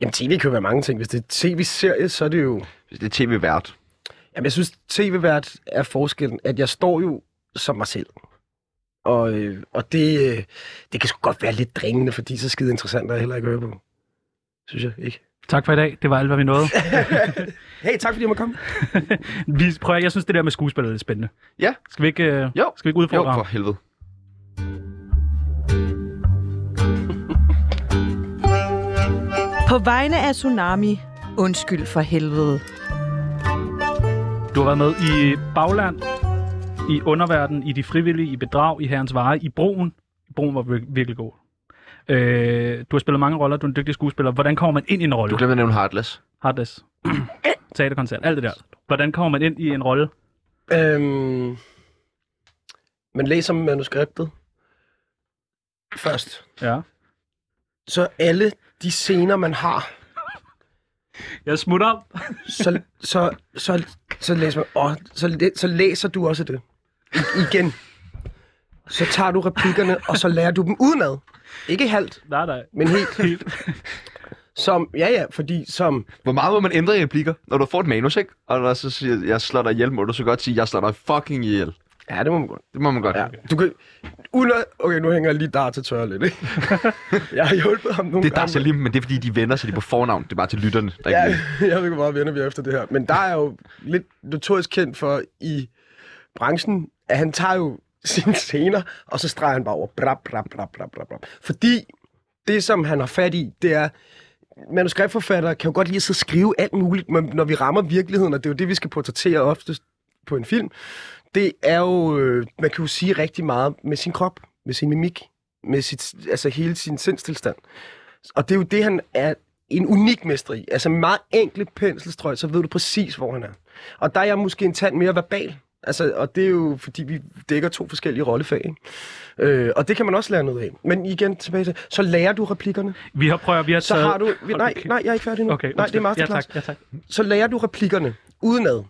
E: Jamen, tv kan jo være mange ting. Hvis det er tv-serie, så er det jo...
A: Hvis det er tv-vært,
E: Jamen, jeg synes, tv-vært er forskellen, at jeg står jo som mig selv. Og, øh, og det, øh, det kan sgu godt være lidt drænende, fordi så skide interessant er jeg heller ikke at høre på. Synes jeg ikke.
C: Tak for i dag. Det var alt, hvad vi nåede.
E: Hey, tak fordi jeg måtte komme.
C: vi prøver, jeg synes, det der med skuespillet er lidt spændende.
A: Ja.
C: Skal vi ikke, øh,
A: Jo.
C: Skal vi ikke udfordre
A: Jo,
C: ham?
A: for helvede.
D: På vegne af Tsunami, undskyld for helvede.
C: Du har været med i Bagland, i Underverden, i De Frivillige, i Bedrag, i Herrens Vare, i Broen. Broen var vir- virkelig god. Øh, du har spillet mange roller, du er en dygtig skuespiller. Hvordan kommer man ind i en
A: Du
C: rolle?
A: glemte at nævne Heartless.
C: Hardness. [clears throat] Teaterkoncert, alt det der. Hvordan kommer man ind i en rolle?
E: Øhm, man læser manuskriptet først.
C: Ja.
E: Så alle de scener, man har,
C: Jeg smutter op.
E: så, så, så, så, læser, man, åh, så, læ- så læser du også det. I, igen. Så tager du replikkerne, og så lærer du dem udenad. Ikke halvt,
C: Nej, nej.
E: men helt.
C: Helt.
E: Som, ja ja, fordi som...
A: Hvor meget må man ændre i replikker, når du får et manus, ikke? Og når så siger, jeg slår dig ihjel, må du så godt sige, jeg slår dig fucking ihjel.
E: Ja, det må man godt.
A: Det må man godt.
E: Ja. Du kan, uden at, okay, nu hænger jeg lige der til tørre lidt, ikke? Jeg har hjulpet ham nogle
A: Det er
E: gange.
A: Darsalim, men det er fordi, de vender, så de er på fornavn. Det er bare til lytterne, der ikke
E: Ja,
A: ved.
E: [laughs] jeg ved ikke, hvor meget venner vi er efter det her. Men der er jo lidt notorisk kendt for i branchen, at han tager jo [laughs] sine scener, og så streger han bare over. Brap, brap, brap, brap, brap, brap. Fordi det, som han har fat i, det er, manuskriptforfattere kan jo godt lide at sidde og skrive alt muligt, men når vi rammer virkeligheden, og det er jo det, vi skal portrættere oftest på en film, det er jo, øh, man kan jo sige rigtig meget med sin krop, med sin mimik, med sit, altså hele sin sindstilstand. Og det er jo det, han er en unik mester i. Altså med meget enkle penselstrøg, så ved du præcis, hvor han er. Og der er jeg måske en tand mere verbal. Altså, og det er jo, fordi vi dækker to forskellige rollefag, ikke? Øh, og det kan man også lære noget af. Men igen, tilbage til, så lærer du replikkerne.
C: Vi har prøvet, vi har
E: Så
C: taget...
E: har du... Vi, nej,
C: Okay.
E: nej, jeg er ikke færdig nu.
C: Okay,
E: nej, det er
C: undskyld.
E: masterclass.
C: Ja, tak. Ja, tak.
E: så lærer du replikkerne udenad.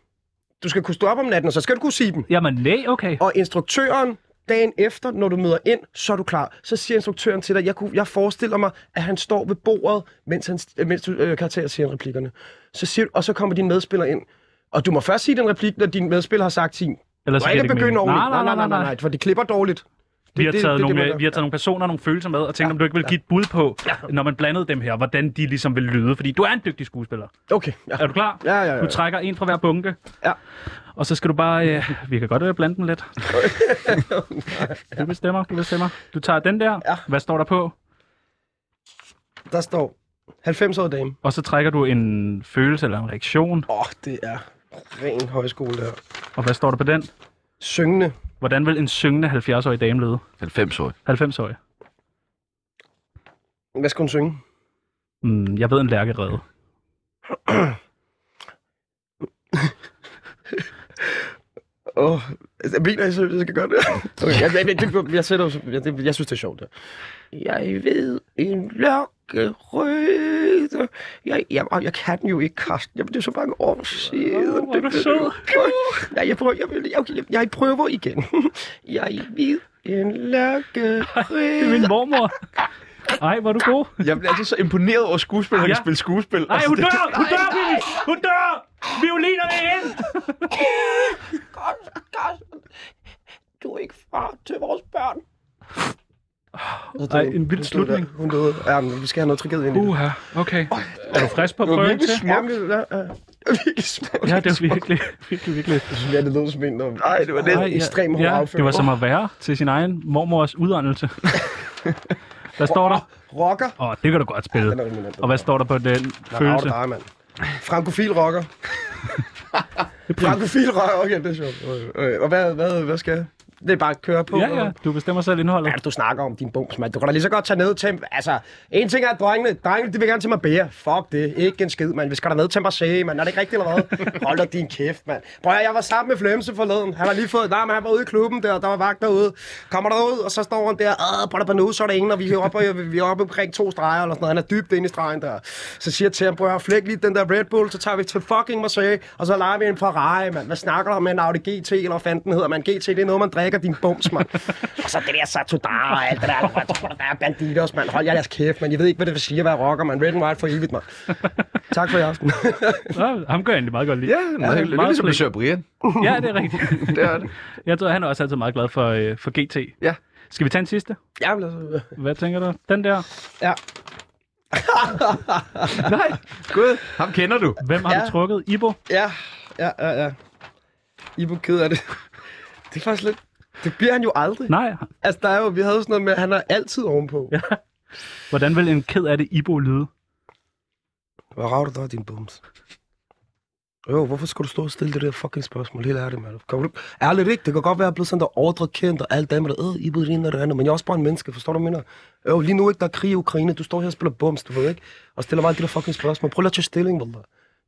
E: Du skal kunne stå op om natten, og så skal du kunne sige dem.
C: Jamen, nej, okay.
E: Og instruktøren, dagen efter, når du møder ind, så er du klar. Så siger instruktøren til dig, jeg, kunne, jeg forestiller mig, at han står ved bordet, mens, han, øh, mens du øh, karakterer siger replikkerne. Så siger, du- og så kommer din medspiller ind. Og du må først sige den replik, når din medspiller har sagt sin.
C: Ellers
E: Du må ikke begynde
C: mening.
E: ordentligt.
C: Nej, nej, nej, nej, nej.
E: for det klipper dårligt.
C: Vi har,
E: det-
C: taget
E: det- det,
C: nogle,
E: man
C: øh,
E: gør.
C: vi har taget nogle personer og nogle følelser med, og tænkt, om du ikke vil give et bud på, når man blandede dem her, hvordan de ligesom vil lyde. Fordi du er en dygtig skuespiller.
E: Okay, ja.
C: Er du klar?
E: Ja, ja, ja.
C: Du trækker en fra hver bunke.
E: Ja.
C: Og så skal du bare... Øh, vi kan godt øh, blande dem
E: [laughs]
C: lidt. du bestemmer, du bestemmer. Du tager den der.
E: Ja.
C: Hvad står der på?
E: Der står 90-årig dame.
C: Og så trækker du en følelse eller en reaktion.
E: Åh, oh, det er ren højskole, det her.
C: Og hvad står der på den?
E: Syngende
C: Hvordan vil en syngende 70-årig dame lede?
A: 90 år.
C: 90-årig?
E: Hvad skal hun synge?
C: Mm, jeg ved en lærkerede.
E: Åh, oh, jeg mener, jeg synes, jeg skal gøre det. [laughs] Okay, jeg, jeg, jeg, jeg, jeg, sætter, jo- jeg, det- jeg synes, det er sjovt. Det. her. Jeg ved en lokkerøde. Jeg, jeg, og jeg kan den jo ikke, Karsten. Jamen, det er så mange år siden.
C: hvor er du
E: Det ved
C: sød.
E: jo godt. [laughs] Nej, jeg prøver, jeg, vil- okay, jeg, jeg prøver igen. [laughs] Jeg ved en [laughs]
C: Det er
E: lokkerøde.
C: min mormor.
E: [laughs]
C: Ej, var du god.
A: Jeg bliver altid så imponeret over skuespillere, der
C: Ah, Ja.
A: kan spille skuespil. Altså,
C: Ej, hun
A: det,
C: dør! Hun dør, Bibi! Hun dør! Violinerne ind!
E: Karsten, du er ikke far til vores børn.
C: Ej, en vild slutning.
E: Hun døde. Ja, men vi skal have noget trikket ind i det.
C: Uha, okay. Er du frisk på prøven til?
E: Ja, men, ja, ja. [laughs] Virkelig smukt.
C: Ja, det var virkelig, virkelig, virkelig.
E: Ja, det lød som en, der... Nej, det var
C: Ej,
E: lidt ekstrem hård
C: ja,
E: afføring.
C: det var som at være til sin egen mormors udåndelse. Hvad står der?
E: Rocker.
C: Åh, oh, det kan du godt spille.
E: Den er dominant.
C: Og hvad står der på den følelse?
E: Følelse. mand. Frankofil [laughs] rocker. Frankofil rocker. Okay, det er sjovt. Øh, øh, Og hvad, hvad, hvad skal jeg? Det er bare at køre på.
C: Ja,
E: og-
C: ja, du bestemmer selv indholdet.
E: Hvad er det, du snakker om, din bums, mand? Du kan da lige så godt tage ned til... Altså, en ting er, at drengene, drengene, de vil gerne til mig bære. Fuck det. Ikke en skid, mand. Vi skal da ned til mig se, mand. Er det ikke rigtigt eller hvad? Hold da din kæft, mand. Prøv at høre, jeg var sammen med Flemse forleden. Han har lige fået... Nej, men han var ude i klubben der, og der var vagt derude. Kommer derud, og så står han der. Åh, på der på nu, så er der ingen, og vi er oppe, vi er oppe omkring to streger eller sådan noget. Han er dybt inde i stregen der. Så siger jeg til ham, prøv at høre, flæk lige den der Red Bull, så tager vi til fucking Marseille, og så leger vi en Ferrari, mand. Hvad snakker du om med en Audi GT, eller hvad fanden den hedder, mand? GT, det er noget, man drikker din bums, mand. [laughs] og så det der Satudara og alt det der, [laughs] der, der, der er banditos, mand. Hold jer deres kæft, mand. Jeg ved ikke, hvad det vil sige at være rocker, mand. Red and white for evigt, mand. Tak for i [laughs] aften.
C: Ja, ham gør jeg egentlig meget godt lide.
A: ja, det er, det er ligesom
C: flink.
A: besøger Brian.
C: Ja, det er rigtigt.
A: Det er det.
C: Jeg tror, han er også altid meget glad for, øh, for GT.
A: Ja.
C: Skal vi tage en sidste?
E: ja, men altså,
C: Hvad tænker du? Den der.
E: ja.
A: Nej, gud, ham kender du.
C: Hvem har ja.
E: Ja.
C: du trukket? Ibo?
E: Ja, ja, ja, ja. I er ked af det. Det er faktisk lidt... Det bliver han jo aldrig.
C: Nej.
E: Altså, der er jo, vi havde jo sådan noget med, at han er altid ovenpå. Ja.
C: Hvordan vil en ked af det Ibo lyde?
E: Hvad rager du dig, din bums? Jo, hvorfor skulle du stå og stille det der fucking spørgsmål? Helt ærligt, mand. Kan du... Ærligt ikke, det kan godt være, at jeg er blevet sådan der overdrevet kendt, og alt det med der, øh, I ved det ene og det andet, men jeg er også bare en menneske, forstår du, hvad jeg mener? Jo, lige nu ikke, der er krig i Ukraine, du står her og spiller bums, du ved ikke, og stiller mig alle de der fucking spørgsmål. Prøv lige at tage stilling, wallah.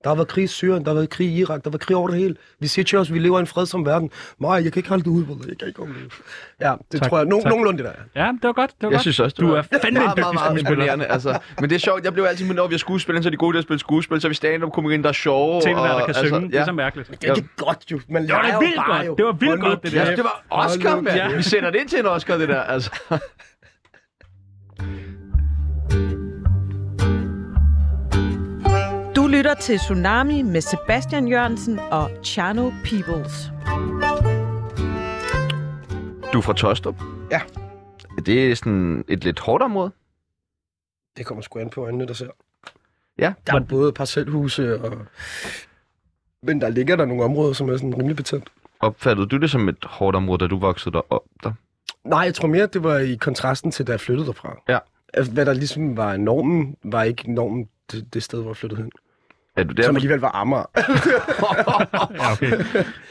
E: Der har været krig i Syrien, der har været krig i Irak, der har været krig over det hele. Vi siger til os, vi lever i en fredsom verden. Nej, jeg kan ikke holde det ud, wallah. Jeg kan ikke overleve. Ja, det
C: Tak,
E: tak, tror jeg. Nogen,
C: tak.
E: nogenlunde det der. er.
C: Ja, det var godt. Det var
A: Jeg
C: godt.
A: synes også, det
C: du
A: var
C: er fandme en
A: meget,
C: dygtig
A: meget, meget
C: skuespiller.
A: imponerende. Altså. Men det er sjovt, jeg blev altid med, når vi er skuespillere, så er de gode til at spille skuespil, så er vi stand-up-komikere, der er sjove.
C: Temaer, der
A: og-
C: kan
A: altså,
C: synge. Det er
A: ja.
C: så mærkeligt.
E: Det er ikke godt, jo. Man
C: var da
E: leger jo
C: vildt
E: bare,
C: godt.
E: jo.
C: Det var vildt
E: Hold nu
C: godt, det der.
A: Ja,
E: kæft.
A: det var Oscar,
E: Hold nu
A: mand.
C: kæft.
A: Vi sender det ind til en Oscar, det der. Altså.
D: Du lytter til Tsunami med Sebastian Jørgensen og Chano Peoples.
A: Du er fra Tostrup.
E: Ja.
A: Det er sådan et lidt hårdt område.
E: Det kommer sgu an på øjnene, der ser.
A: Ja.
E: Der er både parcelhuse og... Men der ligger der nogle områder, som er sådan rimelig betændt.
A: Opfattede du det som et hårdt område, da du voksede dig op der?
E: Nej, jeg tror mere, det var i kontrasten til, da jeg flyttede derfra.
A: Ja.
E: Altså, Hvad der ligesom var normen, var ikke normen det, det sted, hvor jeg flyttede hen.
A: Er du
E: Ja,
A: der?
E: som alligevel var Amager.
C: Ja, okay.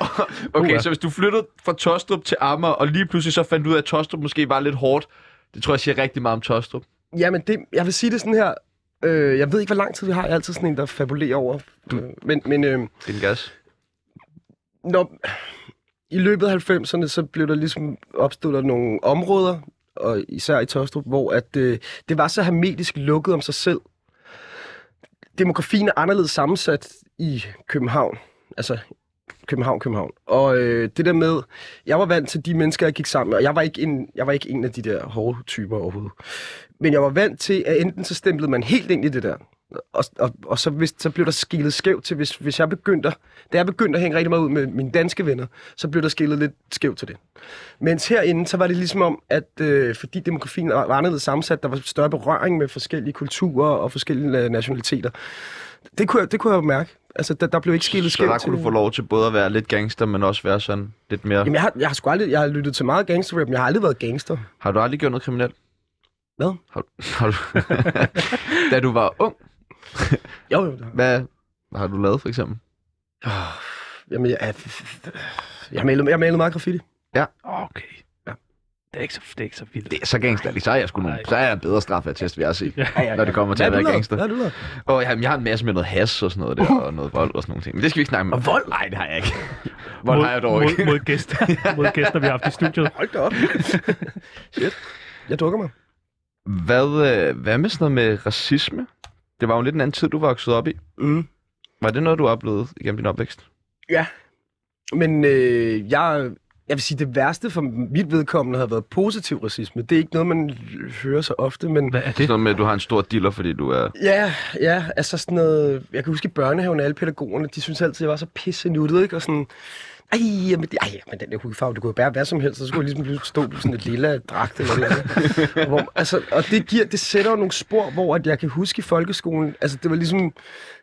A: [laughs] Okay,
C: Uha.
A: så hvis du flyttede fra Tostrup til Amager, og lige pludselig så fandt du ud af, at Tostrup måske var lidt hårdt, det tror jeg siger rigtig meget om Tostrup.
E: Jamen, det, jeg vil sige det sådan her. Øh, jeg ved ikke, hvor lang tid vi har. Jeg er altid sådan en, der fabulerer over. Øh, men men øh,
A: Din gas.
E: når, i løbet af 90'erne, så blev der ligesom opstået der nogle områder, og især i Tostrup, hvor at, øh, det var så hermetisk lukket om sig selv. Demografien er anderledes sammensat i København. Altså, København, København. Og øh, det der med, jeg var vant til de mennesker, jeg gik sammen med, og jeg var ikke en, jeg var ikke en af de der hårde typer overhovedet. Men jeg var vant til, at enten så stemplede man helt ind i det der, og, og, og så, hvis, så blev der skillet skævt til, hvis, hvis jeg begyndte, at- da jeg begyndte at hænge rigtig meget ud med mine danske venner, så blev der skillet lidt skævt til det. Mens herinde, så var det ligesom om, at øh, fordi demografien var var anderledes sammensat, der var større berøring med forskellige kulturer og forskellige øh, nationaliteter. Det kunne jeg, det kunne jeg jo mærke. Altså, der, der blev ikke skillet
A: Så
E: skævt
A: der
E: til.
A: kunne du få lov til både at være lidt gangster, men også være sådan lidt mere...
E: Jamen, jeg har, jeg har sgu aldrig, jeg har lyttet til meget gangsterrap, men jeg har aldrig været gangster.
A: Har du aldrig gjort noget kriminelt?
E: Hvad?
A: Har, du- har du... [laughs] da du var ung,
E: Jo, jo, det har.
A: hvad har du lavet for eksempel?
E: Jamen, jeg, jeg, jeg, malede, jeg malede meget graffiti.
A: Ja.
C: Okay.
E: Ja.
C: Det er ikke så, det er ikke så vildt.
A: Det er så gangster, så er jeg sgu nogle,
C: Ej.
A: så er jeg en bedre straffetest, vil jeg sige,
E: Ja, ja,
A: når det kommer til at være gangster.
B: Hvad er du lavet?
A: Og jamen, jeg har en masse med noget has og sådan noget der, og noget vold og sådan nogle ting. Men det skal vi ikke snakke om. Og vold? Nej, det har jeg ikke. [laughs] Vold har jeg dog
C: mod,
A: ikke.
C: mod,
A: [laughs]
C: gæster, mod gæster, vi har haft i studiet.
E: Hold da op. Shit. Jeg drukker mig.
A: Hvad, øh, hvad med sådan noget med racisme? Det var jo lidt en anden tid, du voksede op i.
E: Mm.
A: Var det noget, du oplevede igennem din opvækst?
E: Men øh, jeg, jeg vil sige, det værste for mit vedkommende har været positiv racisme. Det er ikke noget, man hører så ofte, men...
C: Hvad er
A: Det er
C: det?
A: sådan noget med, at du har en stor diller, fordi du er...
E: Ja, ja, altså sådan noget... Jeg kan huske i børnehaven, alle pædagogerne, de synes altid, jeg var så pisse nuttet, ikke? Og sådan... Ej, jamen, det, ej, men den der hudfarve, du kunne jo bære hvad som helst, og så skulle jeg ligesom pludselig stå på sådan et lille dragt eller noget. andet. hvor, altså, og det, giver, det sætter jo nogle spor, hvor at jeg kan huske i folkeskolen, altså det var ligesom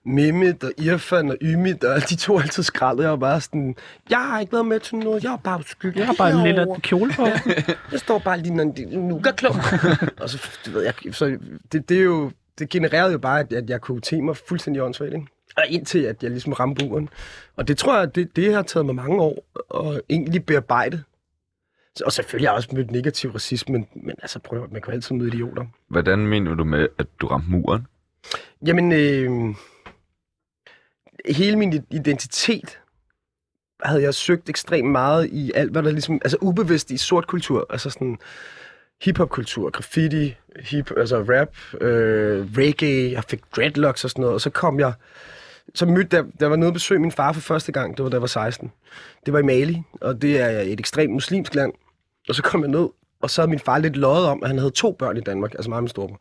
E: Mehmet og Irfan og Ymit, og de to altid skraldede, jeg var bare sådan, jeg har ikke været med til noget, jeg er bare uskyldig.
C: Jeg har bare en lille
E: herovre."
C: kjole på.
E: [laughs] Jeg står bare lige når en nukaklump. og så, du ved jeg, så det, det, er jo, det genererede jo bare, at, at jeg kunne teme mig fuldstændig åndssvagt, ikke? Og indtil, at jeg ligesom ramte buren. Og det tror jeg, det, det har taget mig mange år at egentlig bearbejde. Så- Og selvfølgelig har jeg også mødt negativ racisme, men, men altså prøv at høre, man kan jo altid møde idioter.
A: Hvordan mener du med, at du ramte muren?
E: Jamen, øh, hele min identitet havde jeg søgt ekstremt meget i alt, hvad der ligesom, altså ubevidst i sort kultur, altså sådan hiphop-kultur, graffiti, hip, altså rap, øh, reggae, jeg fik dreadlocks og sådan noget, og så kom jeg, så mødte jeg, der var nede og besøge min far for første gang, det var da jeg var 16. Det var i Mali, og det er et ekstremt muslimsk land, og så kom jeg ned, og så havde min far lidt løjet om, at han havde to børn i Danmark, altså mig og min storebror.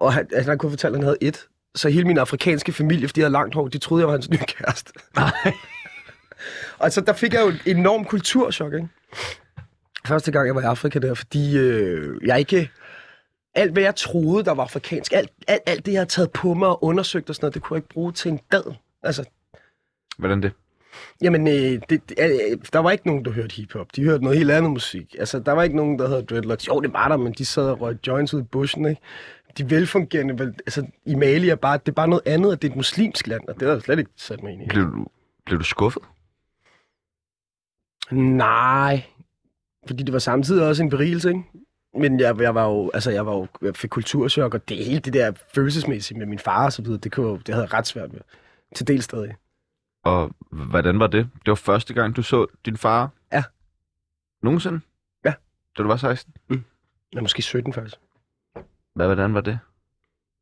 E: Og han, altså, han kunne fortælle, at han havde et. Så hele min afrikanske familie, fordi jeg havde langt hår, de troede, jeg var hans nye kæreste. Nej. og så der fik jeg jo et enormt kulturschok, ikke? Første gang, jeg var i Afrika der, fordi øh, jeg ikke... Alt, hvad jeg troede, der var afrikansk, alt, alt, alt det, jeg havde taget på mig og undersøgt og sådan noget, det kunne jeg ikke bruge til en dad. Altså,
A: Hvordan det?
E: Jamen, øh, det, det, øh, der var ikke nogen, der hørte hiphop. De hørte noget helt andet musik. Altså, der var ikke nogen, der havde dreadlocks. Jo, det var der, men de sad og røg joints ud i bussen, ikke? De velfungerende, vel, altså i Mali er bare, det er bare noget andet, at det er et muslimsk land, og det har jeg slet ikke sat mig ind i.
A: Blev du, blev du skuffet?
E: Nej, fordi det var samtidig også en berigelse, ikke? Men jeg, jeg var jo, altså jeg var jo, jeg fik kulturschok, og det hele det der følelsesmæssige med min far og så videre, det, kunne, jeg jo- det havde jeg ret svært ved. Til del stadig.
A: Og hvordan var det? Det var første gang, du så din far?
E: Ja.
A: Nogensinde?
E: Ja.
A: Da du var 16?
E: Jeg måske 17 faktisk.
A: Hvad, hvordan var det?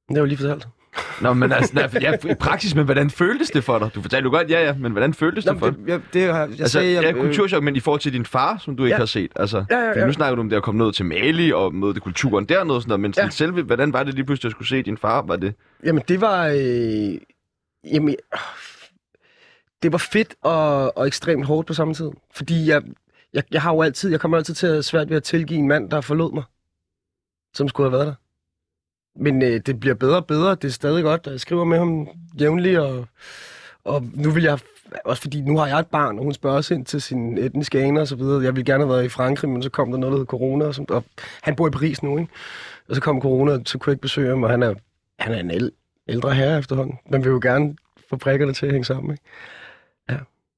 E: Det har jeg jo lige fortalt.
A: Nå, men altså, nej, ja, i praksis, men hvordan føltes det for dig? Du fortalte jo godt, ja, ja, men hvordan føltes
E: Nå,
A: det for dig?
E: men det, jeg, det, har- jeg, jeg
A: altså,
E: sagde, jeg,
A: ja, kulturchok, men i forhold til din far, som du ikke
E: Ja.
A: har set. Altså,
E: Ja, ja,
A: fordi
E: ja.
A: Nu snakker du om det at komme ned til Mali og møde kulturen dernede, og sådan noget, men sådan
E: Ja.
A: selve, hvordan var det lige pludselig, at skulle se din far? Var det,
E: Jamen, det var... Øh, jamen, øh, det var fedt og, og ekstremt hårdt på samme tid. Fordi jeg, jeg, jeg har jo altid... Jeg kommer altid til at have svært ved at tilgive en mand, der forlod mig. Som skulle have været der. Men øh, det bliver bedre og bedre. Det er stadig godt. og Jeg skriver med ham jævnligt, og, og nu vil jeg... Også fordi nu har jeg et barn, og hun spørger også ind til sin etniske aner og så videre. Jeg ville gerne have været i Frankrig, men så kom der noget, der hed corona. Og, som, og han bor i Paris nu, ikke? Og så kom corona, og så kunne jeg ikke besøge ham, og han er, han er en el- ældre herre efterhånden. Man vil jo gerne få prikkerne til at hænge sammen, ikke?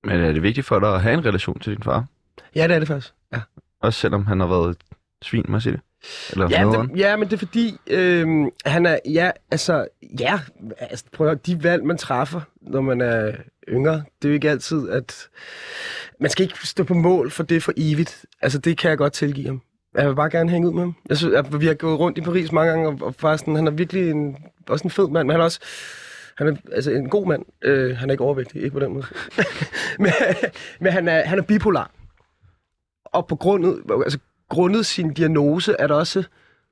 A: men er det vigtigt for dig at have en relation til din far?
E: Ja, det er det faktisk. Ja,
A: Også selvom han har været et svin, må jeg sige det? Eller
E: ja,
A: nederen?
E: det, ja men det er fordi, øh, han er, ja, altså, ja, altså, prøv at høre, de valg, man træffer, når man er yngre, det er jo ikke altid, at man skal ikke stå på mål for det for evigt. Altså, det kan jeg godt tilgive ham. Jeg vil bare gerne hænge ud med ham. Jeg synes, at vi har gået rundt i Paris mange gange, og, og faktisk, han er virkelig en, også en fed mand, men han er også han er, altså, en god mand. Øh, han er ikke overvægtig, ikke på den måde. [laughs] men men han, er, han er bipolar. Og på grundet, altså, grundet sin diagnose er der også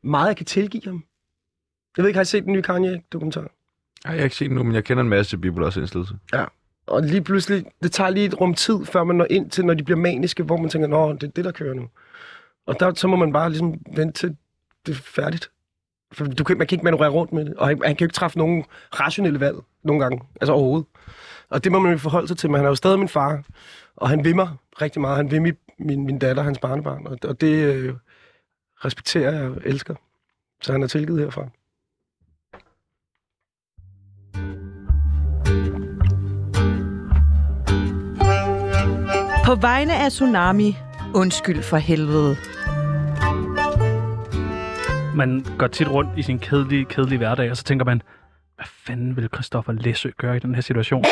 E: meget, jeg kan tilgive ham. Jeg ved ikke, har I set den nye Kanye-dokumentar?
A: Ej, jeg har ikke set den nu, men jeg kender en masse til bipolars indstillelse.
E: Og lige pludselig, det tager lige et rum tid, før man når ind til, når de bliver maniske, hvor man tænker, nå, det er det, der kører nu. Og der, så må man bare ligesom vente til det er færdigt. For du kan, man kan ikke manøvrere rundt med det, og han, han kan jo ikke træffe nogen rationelle valg nogle gange, altså overhovedet. Og det må man jo forholde sig til, men han er jo stadig min far, og han vil mig rigtig meget. Han vil min, min, min datter, hans barnebarn, og, og det øh, respekterer jeg og elsker. Så han er tilgivet herfra.
D: På vegne af Tsunami Undskyld for helvede.
C: Man går tit rundt i sin kedelige, kedelige hverdag, og så tænker man, hvad fanden vil Christoffer Læsø gøre i den her situation?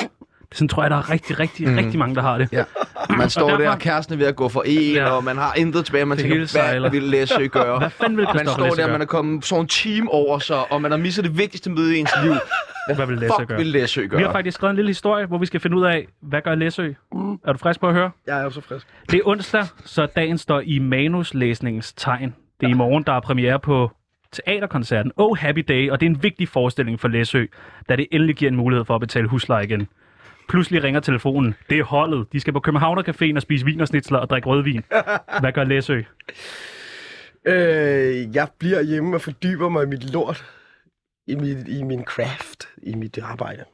C: Det sådan, tror jeg, der er rigtig, rigtig, mm. rigtig mange, der har det.
A: Ja.
C: [laughs]
A: Man står
C: derfor-
A: der, og kæresten er ved at gå for en,
C: Ja.
A: og man har intet tilbage, og man
C: Det hele
A: tænker,
C: sejler.
A: hvad vil
C: [laughs]
A: Læsø gøre?
C: Hvad fanden vil
A: Man
C: Christoffer
A: står
C: Læsø
A: der,
C: gøre?
A: man er kommet sådan en time over sig, og man har misset det vigtigste møde i ens
C: [laughs]
A: liv.
C: Hvad vil Læsø
A: Fuck,
C: gøre?
A: vil Læsø gøre?
C: Vi har faktisk skrevet en lille historie, hvor vi skal finde ud af, hvad gør Læsø? Mm. Er du frisk på at høre?
E: Jeg er jo så frisk.
C: Det er onsdag, så dagen står i manuslæsningens tegn. Det er i morgen, der er premiere på teaterkoncerten Oh Happy Day, og det er en vigtig forestilling for Læsø, da det endelig giver en mulighed for at betale husleje igen. Pludselig ringer telefonen. Det er holdet. De skal på Københavnercaféen og spise vinersnitsler og drikke rødvin. Hvad gør Læsø?
E: Øh, jeg bliver hjemme og fordyber mig i mit lort. I, mit, I min craft. I mit arbejde.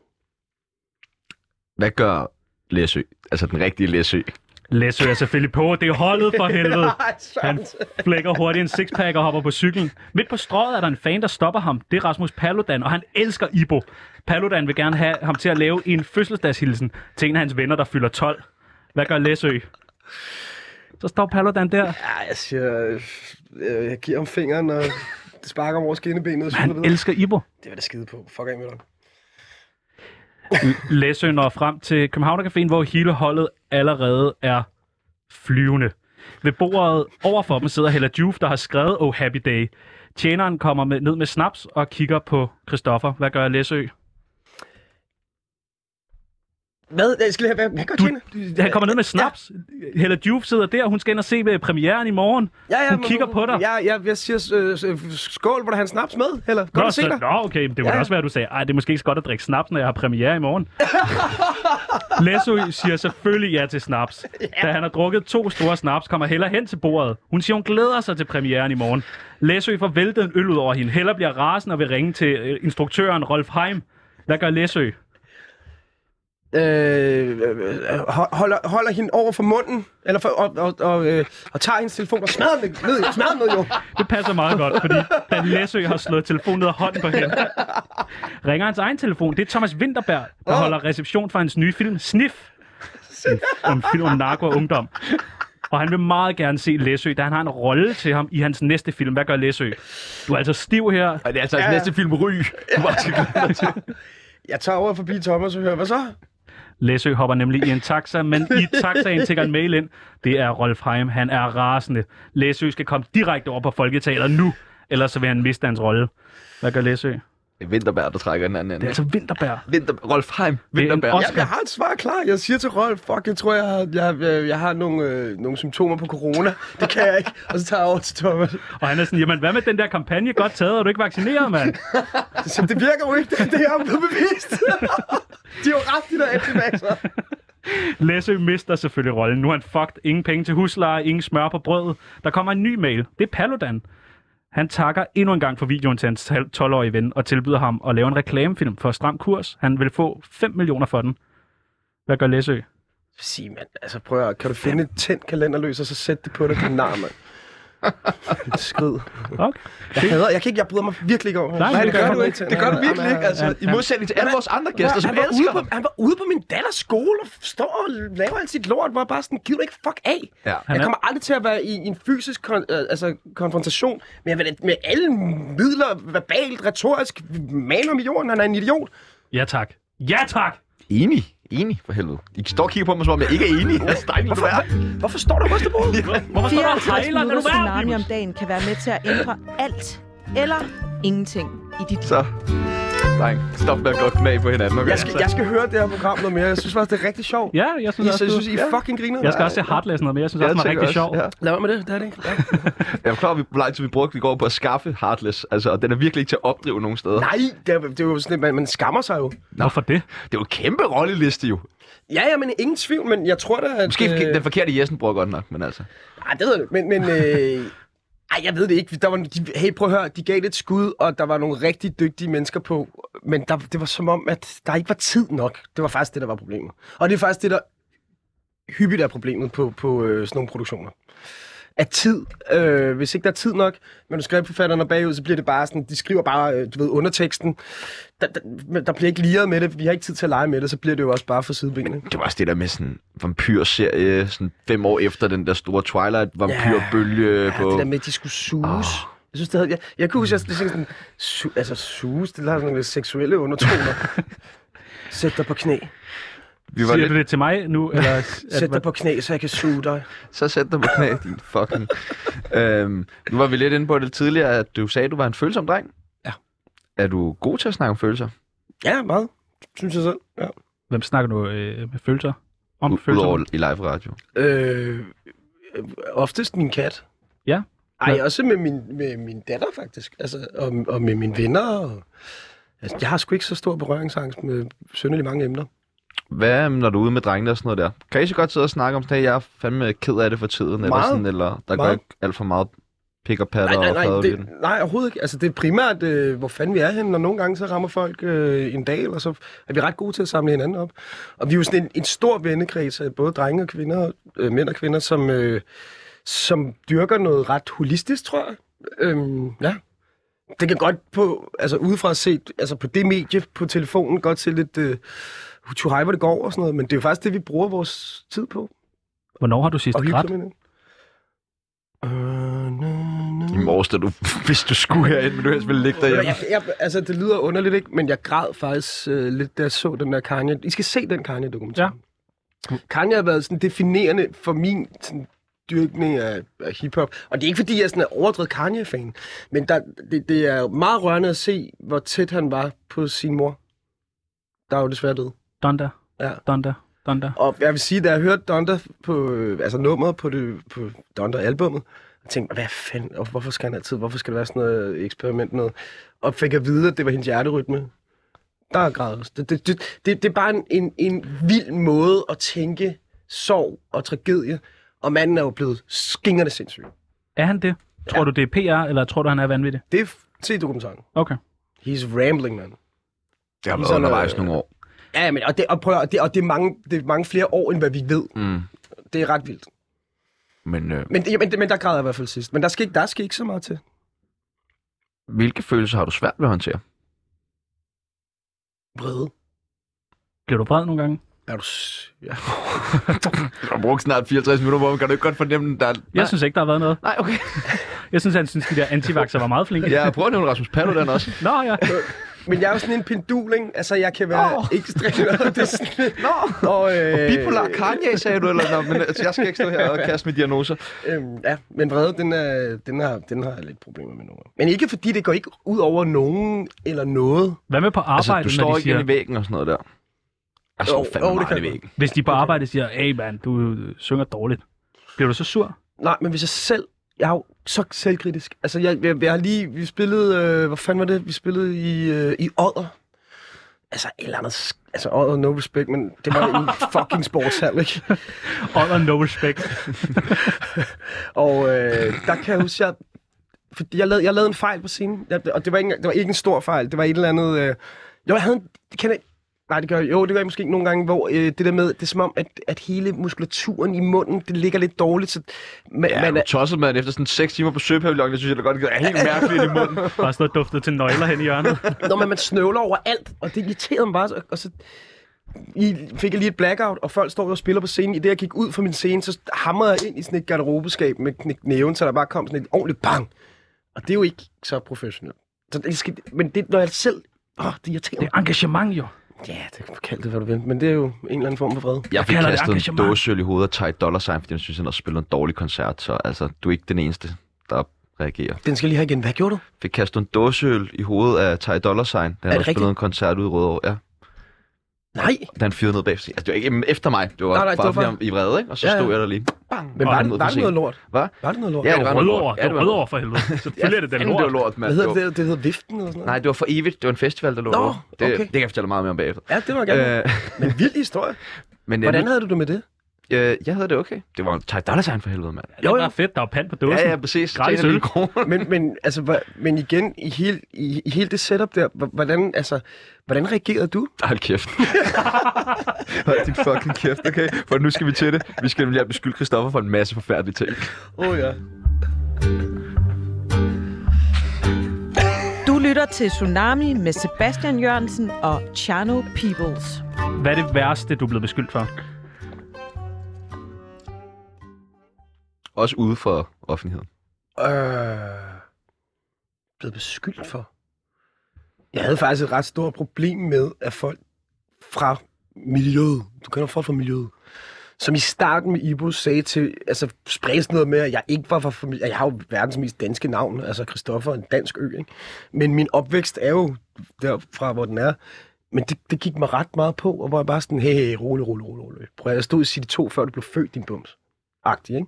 A: Hvad gør Læsø? Altså den rigtige Læsø.
C: Læsø er selvfølgelig på. Det er holdet for helvede.
E: Ej,
C: Han
E: sandt.
C: flækker hurtigt en sixpack og hopper på cyklen. Midt på strøget er der en fan, der stopper ham. Det er Rasmus Paludan, og han elsker Ibo. Paludan vil gerne have ham til at lave en fødselsdagshilsen til en af hans venner, der fylder 12. Hvad gør Læsø? Så står Paludan der.
E: Ja, jeg siger, øh, jeg giver ham fingeren og sparker ham over skinnebenet. Og
C: Han
E: han el-
C: elsker Ibo.
E: det var da skide på. Fuck af med dig.
C: Læsø når frem til Københavnercaféen, hvor hele holdet allerede er flyvende. Ved bordet overfor dem sidder Hella Juf, der har skrevet Oh Happy Day. Tjeneren kommer med, ned med snaps og kigger på Christoffer. Hvad gør Læsø?
E: Hvad? Jeg skal lige have, hvad, hvad gør
C: Du,
E: Tjene?
C: han kommer ned med snaps. Hella Juf sidder der, hun skal ind og se øh, premieren i morgen. hun
E: men-
C: kigger på dig.
E: Ja, ja, jeg siger, øh, øh, skål, hvor der han snaps med. Eller, godt
C: Nå,
E: at se
C: så-
E: dig.
C: Nå, okay, men det kunne
E: Ja.
C: ja. også være, at du sagde, ej, det er måske ikke så godt at drikke snaps, når jeg har premiere i morgen. Læsø siger selvfølgelig ja til snaps. Da han har drukket to store snaps, kommer Hella hen til bordet. Hun siger, hun glæder sig til premieren i morgen. Læsø får væltet en øl ud over hende. Hella bliver rasende og vil ringe til øh, instruktøren Rolf Heim. Hvad gør Læsø?
E: øh, øh, ho- holder, holder hende over for munden, eller for, og, og, og, øh, og tager hendes telefon og smadrer den ned, smadrer den ned jo.
C: Det passer meget godt, fordi Dan Læsø har slået telefonen ned af hånden på hende. Ringer hans egen telefon. Det er Thomas Winterberg, der holder reception for hans nye film Sniff. En, en film om narko og ungdom. Og han vil meget gerne se Læsø, da han har en rolle til ham i hans næste film. Hvad gør Læsø? Du er altså stiv her.
A: Og det er altså ja. næste film, Ry. Du bare skal glæde dig til.
E: Jeg tager over forbi Thomas og hører, hvad så?
C: Læsø hopper nemlig i en taxa, men i taxaen tækker en mail ind. Det er Rolf Heim. Han er rasende. Læsø skal komme direkte over på Folketaler nu, ellers så vil han miste hans rolle. Hvad gør Læsø?
A: Det er Vinterberg, der trækker den anden
C: Det er
A: ende.
C: altså Vinterberg.
A: Vinter... Rolf Heim.
C: er en
A: Vinterberg.
C: Oscar.
E: Jeg, jeg har et svar klar. Jeg siger til Rolf, fuck, jeg tror, jeg har, jeg, jeg, jeg har nogle, øh, nogle symptomer på corona. Det kan jeg ikke. Og så tager jeg over til Thomas.
C: [laughs] Og han er sådan, jamen hvad med den der kampagne? Godt taget, er du ikke vaccineret, mand?
E: Så det virker jo ikke. Det, det er jo blevet bevist. [laughs] De er jo ret, de der antivaxer.
C: Læsø mister selvfølgelig rollen. Nu er han fucked. Ingen penge til husleje, ingen smør på brødet. Der kommer en ny mail. Det er Paludan. Han takker endnu en gang for videoen til hans 12-årige ven og tilbyder ham at lave en reklamefilm for Stram Kurs. Han vil få 5 millioner for den. Hvad gør Læsø?
E: Sig, mand. Altså, prøv at, kan du finde et tændt kalenderløs, og så sætte det på det? Nej, mand. Skrid.
C: Okay.
E: Jeg hader, jeg kan ikke, jeg bryder mig virkelig ikke over.
C: Nej, det gør du
A: ikke. Det gør du virkelig ikke, altså. I modsætning til alle vores andre gæster, som
E: han, var ude
A: elsker
E: på,
A: ham.
E: han var ude på min datters skole og står og laver alt sit lort, hvor jeg bare sådan, giv dig ikke fuck af.
A: Ja.
E: Jeg kommer aldrig til at være i en fysisk kon- øh, altså, konfrontation, men jeg vil da med alle midler, verbalt, retorisk, mane om i jorden, han er en idiot.
C: Ja tak. Ja tak!
A: Enig. Enig, for helvede. I står og kigger på mig, som om jeg ikke er
C: [laughs]
A: enig. Jeg er dejligt, du er.
E: Hvorfor står du hos det
A: [laughs]
C: Hvorfor står der
D: 54
C: hejler? Lad
D: minutter
C: nu være,
D: tsunami om
C: Primus.
D: dagen kan være med til at ændre alt eller ingenting i dit
A: Så, dreng, stop med at gå knæ på hinanden, okay?
E: Jeg skal, jeg skal høre det her program noget mere. Jeg synes faktisk, det er rigtig sjovt.
C: Ja, jeg
E: I,
C: synes også,
E: jeg synes,
C: du...
E: I fucking griner.
C: Jeg skal også se Heartless noget mere. Jeg synes også, den var
A: tænker
C: rigtig sjov.
A: Ja.
E: Lad være med det, det er det ikke. Ja.
A: Jeg er klar, at vi, hvor lang tid vi brugte i går på at skaffe Heartless. Altså, og den er virkelig ikke til at opdrive nogen steder.
E: Nej, det er, det er jo sådan, lidt, man, man skammer sig jo.
C: Hvorfor det?
A: Det er jo en kæmpe rolleliste, jo.
E: Ja, ja, men ingen tvivl, men jeg tror da, at...
A: Måske øh... den forkerte Jessen bruger godt nok, men altså.
E: Ej, det ved jeg ikke, men... men øh, [laughs] ej, jeg ved det ikke. Der var, de, hey, prøv at høre, de gav det et skud, og der var nogle rigtig dygtige mennesker på, men der, det var som om, at der ikke var tid nok. Det var faktisk det, der var problemet. Og det er faktisk det, der hyppigt er problemet på, på øh, sådan nogle produktioner. af tid. Øh, hvis ikke der er tid nok, manuskriptforfatteren er bagud, så bliver det bare sådan, de skriver bare, øh, du ved, underteksten. Der, der, men der bliver ikke liret med det, vi har ikke tid til at lege med det, så bliver det jo også bare for sidebenene.
A: Det var også det der med sådan vampyrserie, sådan fem år efter den der store Twilight-vampyrbølge
E: Ja,
A: på...
E: det der med, at de skulle suges.
A: Åh.
E: Jeg synes, det havde, jeg, jeg kunne huske, at jeg sådan, su, altså suges, det har sådan nogle lidt
A: [laughs]
E: seksuelle undertoner. Sæt dig på knæ.
A: Vi var
C: Siger
A: lidt,
C: du det til mig nu? Eller,
E: Sæt dig på knæ, så jeg kan suge dig.
A: så sæt dig på knæ, din
C: [laughs]
A: fucking... øhm, nu var vi lidt inde på det tidligere, at du sagde, at du var en følsom dreng.
E: Ja.
A: Er du god til at snakke om følelser?
E: Ja, meget. Synes jeg selv. Ja.
C: Hvem snakker du øh, med følelser? Om
A: U-
C: følelser?
A: Udover i live radio.
E: Øh, oftest min kat.
C: Ja.
E: Ej,
C: Ja.
E: også med min, med min datter faktisk. Altså, og, og med mine venner. Og, altså, jeg har sgu ikke så stor berøringsangst med synderligt mange emner.
A: Hvad mm, når du er ude med drengene og sådan noget der? Kan I så godt sidde og snakke om sådan, at jeg er fandme ked af det for tiden? Eller,
E: Meget.
A: sådan, eller der går
E: Meget.
A: ikke alt for meget pick og patter
E: nej, nej,
A: og
E: nej,
A: fader
E: det, nej, overhovedet ikke. Altså, det er primært, øh, hvor fanden vi er henne, og nogle gange så rammer folk øh, en dal, og så er vi ret gode til at samle hinanden op. Og vi er jo sådan en, en stor vennekreds af både drenge og kvinder, øh, mænd og kvinder, som, øh, som dyrker noget ret holistisk, tror jeg. Øhm, ja. Det kan godt på, altså udefra set, altså på det medie på telefonen, godt se lidt øh, hej, hvor det går og sådan noget, men det er jo faktisk det, vi bruger vores tid på.
C: Hvornår har du sidst
E: Og hygge
C: grædt?
E: sig med hinanden. Øh, na, na.
A: I morges, da du, [laughs] hvis du skulle herind, men du helst ville ligge derhjemme.
E: Jeg, jeg, altså, det lyder underligt, ikke? Men jeg græd faktisk øh, lidt, da jeg så den der Kanye. I skal se den Kanye-dokumentar. Ja. Kanye har været sådan definerende for min sådan, dyrkning af, af hiphop. Og det er ikke, fordi jeg sådan er overdrevet Kanye-fan. Men der, det, det er meget rørende at se, hvor tæt han var på sin mor. Der er jo desværre død.
C: Donda,
E: Ja.
C: Donda, Donda.
E: Og jeg vil sige, da jeg hørte Donda på, øh, altså nummeret på, det, på Donda-albummet, jeg tænkte, hvad fanden, og hvorfor skal han altid, hvorfor skal det være sådan noget eksperiment noget? Og fik at vide, at det var hendes hjerterytme. Der er grad også. Det, det, det, det, det er bare en, en, en vild måde at tænke sorg og tragedie, og manden er jo blevet skingerne sindssyg.
C: Er han det? Tror
E: Ja.
C: du, det er PR, eller tror du, han er vanvittig?
E: Det er, f- se dokumentaren.
C: Okay.
E: He's rambling, man.
A: Jeg har været
E: Sådan,
A: undervejs
E: øh,
A: nogle år.
E: Ja, men, og, det, og, prøv, at- og, det, og det, er mange, det er mange flere år, end hvad vi ved.
A: Mm.
E: Det er ret vildt.
A: Men øh,
E: Men, det- men, det- men der græder jeg i hvert fald sidst. Men der skal ikke, der skal ikke så meget til.
A: hvilke følelser har du svært ved at håndtere?
E: Vrede.
C: Bliver du vred nogle gange?
E: Er du... s- Ja.
A: Du har brugt snart 64 minutter på, men kan du ikke godt fornemme, der er...
C: Jeg
A: Nej.
C: synes ikke, der har været noget.
A: Nej, [laughs] okay.
C: Jeg synes, han synes, de der antivaxer var meget
E: [laughs]
C: flinke.
A: Jeg prøver at nævne Rasmus Paludan også.
C: Nå ja.
E: Men jeg er jo sådan en pendul, ikke? Altså, jeg kan være
A: Nå.
E: oh. ekstremt... [laughs] Og det er sådan...
A: Nå!
E: Og, øh,
A: Og bipolar Kanye, sagde du, eller noget, men altså, jeg skal ikke stå her og kaste med diagnoser.
E: Øhm, ja, men vrede, den, er, den, har, den har jeg lidt problemer med nogen. Men ikke fordi det går ikke ud over nogen eller noget.
C: Hvad med på
A: Altså,
C: arbejde,
A: du
C: når
A: står
C: de
A: ikke inde
C: siger,
A: i væggen og sådan noget der. Jeg står
E: Jo,
A: fandme
E: jo, det
A: meget
E: kan
A: inde i
E: jeg
A: væggen.
C: hvis de på arbejde siger, hey man, du øh, synger dårligt. Bliver du så sur?
E: Nej, men hvis jeg selv... Jeg er jo så selvkritisk. Altså, jeg, jeg, jeg har lige... Vi spillede... Øh, hvor fanden var det? Vi spillede i, øh, i Odder. Altså, et eller andet... sk- Altså, Odder, no respect, men det var
A: [laughs]
E: en fucking sportshal, ikke?
C: Under no respect.
E: Og øh, der kan jeg huske, jeg, fordi jeg, lavede, jeg lavede en fejl på scenen, jeg, og det var, ikke, engang- det var ikke en stor fejl, det var et eller andet... Øh, jo, jeg havde en... Det kan jeg, nej, det gør jeg, jo, det gør jeg måske nogle gange, hvor øh, det der med, det er som om, at, at hele muskulaturen i munden, det ligger lidt dårligt, så man,
A: Ja,
E: man
A: men,
E: er,
A: du tossede mig efter sådan 6 timer på søpavillonen, det synes jeg da godt, det er helt mærkeligt i munden.
C: Bare sådan noget duftet til nøgler hen i hjørnet.
E: når man, man snøvler over alt, og det irriterede mig bare, så- og så i, fik jeg lige et blackout, og folk står jo og spiller på scenen. I det, jeg gik ud fra min scene, så hamrede jeg ind i sådan et garderobeskab med knæ- næven, så der bare kom sådan et ordentligt bang. Og det er jo ikke så professionelt. Så det skal, men det, når jeg selv... Åh, det irriterer
C: Det er
E: mig.
C: engagement jo.
E: Ja, det kan kalde det, hvad du vil, men det er jo en eller anden form for fred.
A: Jeg fik
C: kalder det
A: kastet en
C: engagement.
A: dåseøl i hovedet og Ty Dollar Sign, fordi jeg synes, han har spillet en dårlig koncert, så altså, du er ikke den eneste, der reagerer.
E: Den skal jeg lige have igen. Hvad gjorde du?
A: Fik kastet en dåseøl i hovedet af Ty Dollar Sign, da han har
E: rigtigt?
A: spillet en koncert ude i Rødovre. Ja.
E: Nej,
A: Da han fyrede ned bagefter. Altså, det var ikke efter mig. Det var
E: Nej, nej,
A: bare,
E: det var
A: fordi
E: bare-
A: han i vrede, ikke? Og så
E: Ja, ja.
A: stod jeg der lige. Bang!
E: men
A: Og
E: var,
A: han
E: det,
A: ud
E: var
A: på
E: det noget
A: scenen.
E: lort?
A: Hvad?
E: Var det noget lort?
A: Ja,
C: Det er
A: var noget
C: rødlår.
A: lort. Ja,
C: Det er
A: det var
C: rødlår for helvede. Selvfølgelig er det den
A: Fanden, det var
C: lort.
A: lort, mand.
E: Hvad hedder
A: var-
E: det? Det hedder Viften eller sådan noget?
A: Nej, det var for evigt. Det var en festival, der lå
E: Nå,
A: over. Det,
E: okay.
A: det kan jeg fortælle dig meget mere om bagefter.
E: Ja, det var jeg gerne.
A: Øh,
E: Men vild historie.
A: men, øh,
E: Hvordan havde du det med det?
A: Øh, jeg havde det okay. Det var en tegn for helvede, mand.
C: Jo, Det er fedt, der er pand på dåsen.
A: Ja, ja, præcis.
C: Gratis
A: Tjener lige
C: øl.
A: en kroner.
E: Men, men, altså, hvor- men igen, i hele, i, i hele det setup der, hvor- hvordan, altså, hvordan reagerede du?
A: Hold kæft. [laughs] Hold din fucking kæft, okay? For nu skal vi til det. Vi skal nemlig have beskyldt Christoffer for en masse forfærdelige ting.
E: Åh oh, ja.
D: Du lytter til Tsunami med Sebastian Jørgensen og Chano Peoples.
C: Hvad er det værste, du er blevet beskyldt for?
A: Også ude for offentligheden.
E: Øh, blevet beskyldt for. Jeg havde faktisk et ret stort problem med, at folk fra miljøet, du kender folk fra miljøet, som i starten med Ibo sagde til, altså spredte sådan noget med, at jeg ikke var fra familie, jeg har jo verdens mest danske navn, altså Christoffer, en dansk ø, ikke? Men min opvækst er jo derfra, hvor den er. Men det, det gik mig ret meget på, og hvor jeg bare sådan, hey, hey rolig, rolig, rolig, rolig. Prøv at jeg stod i City 2, før du blev født, din bums. Agtig, ikke?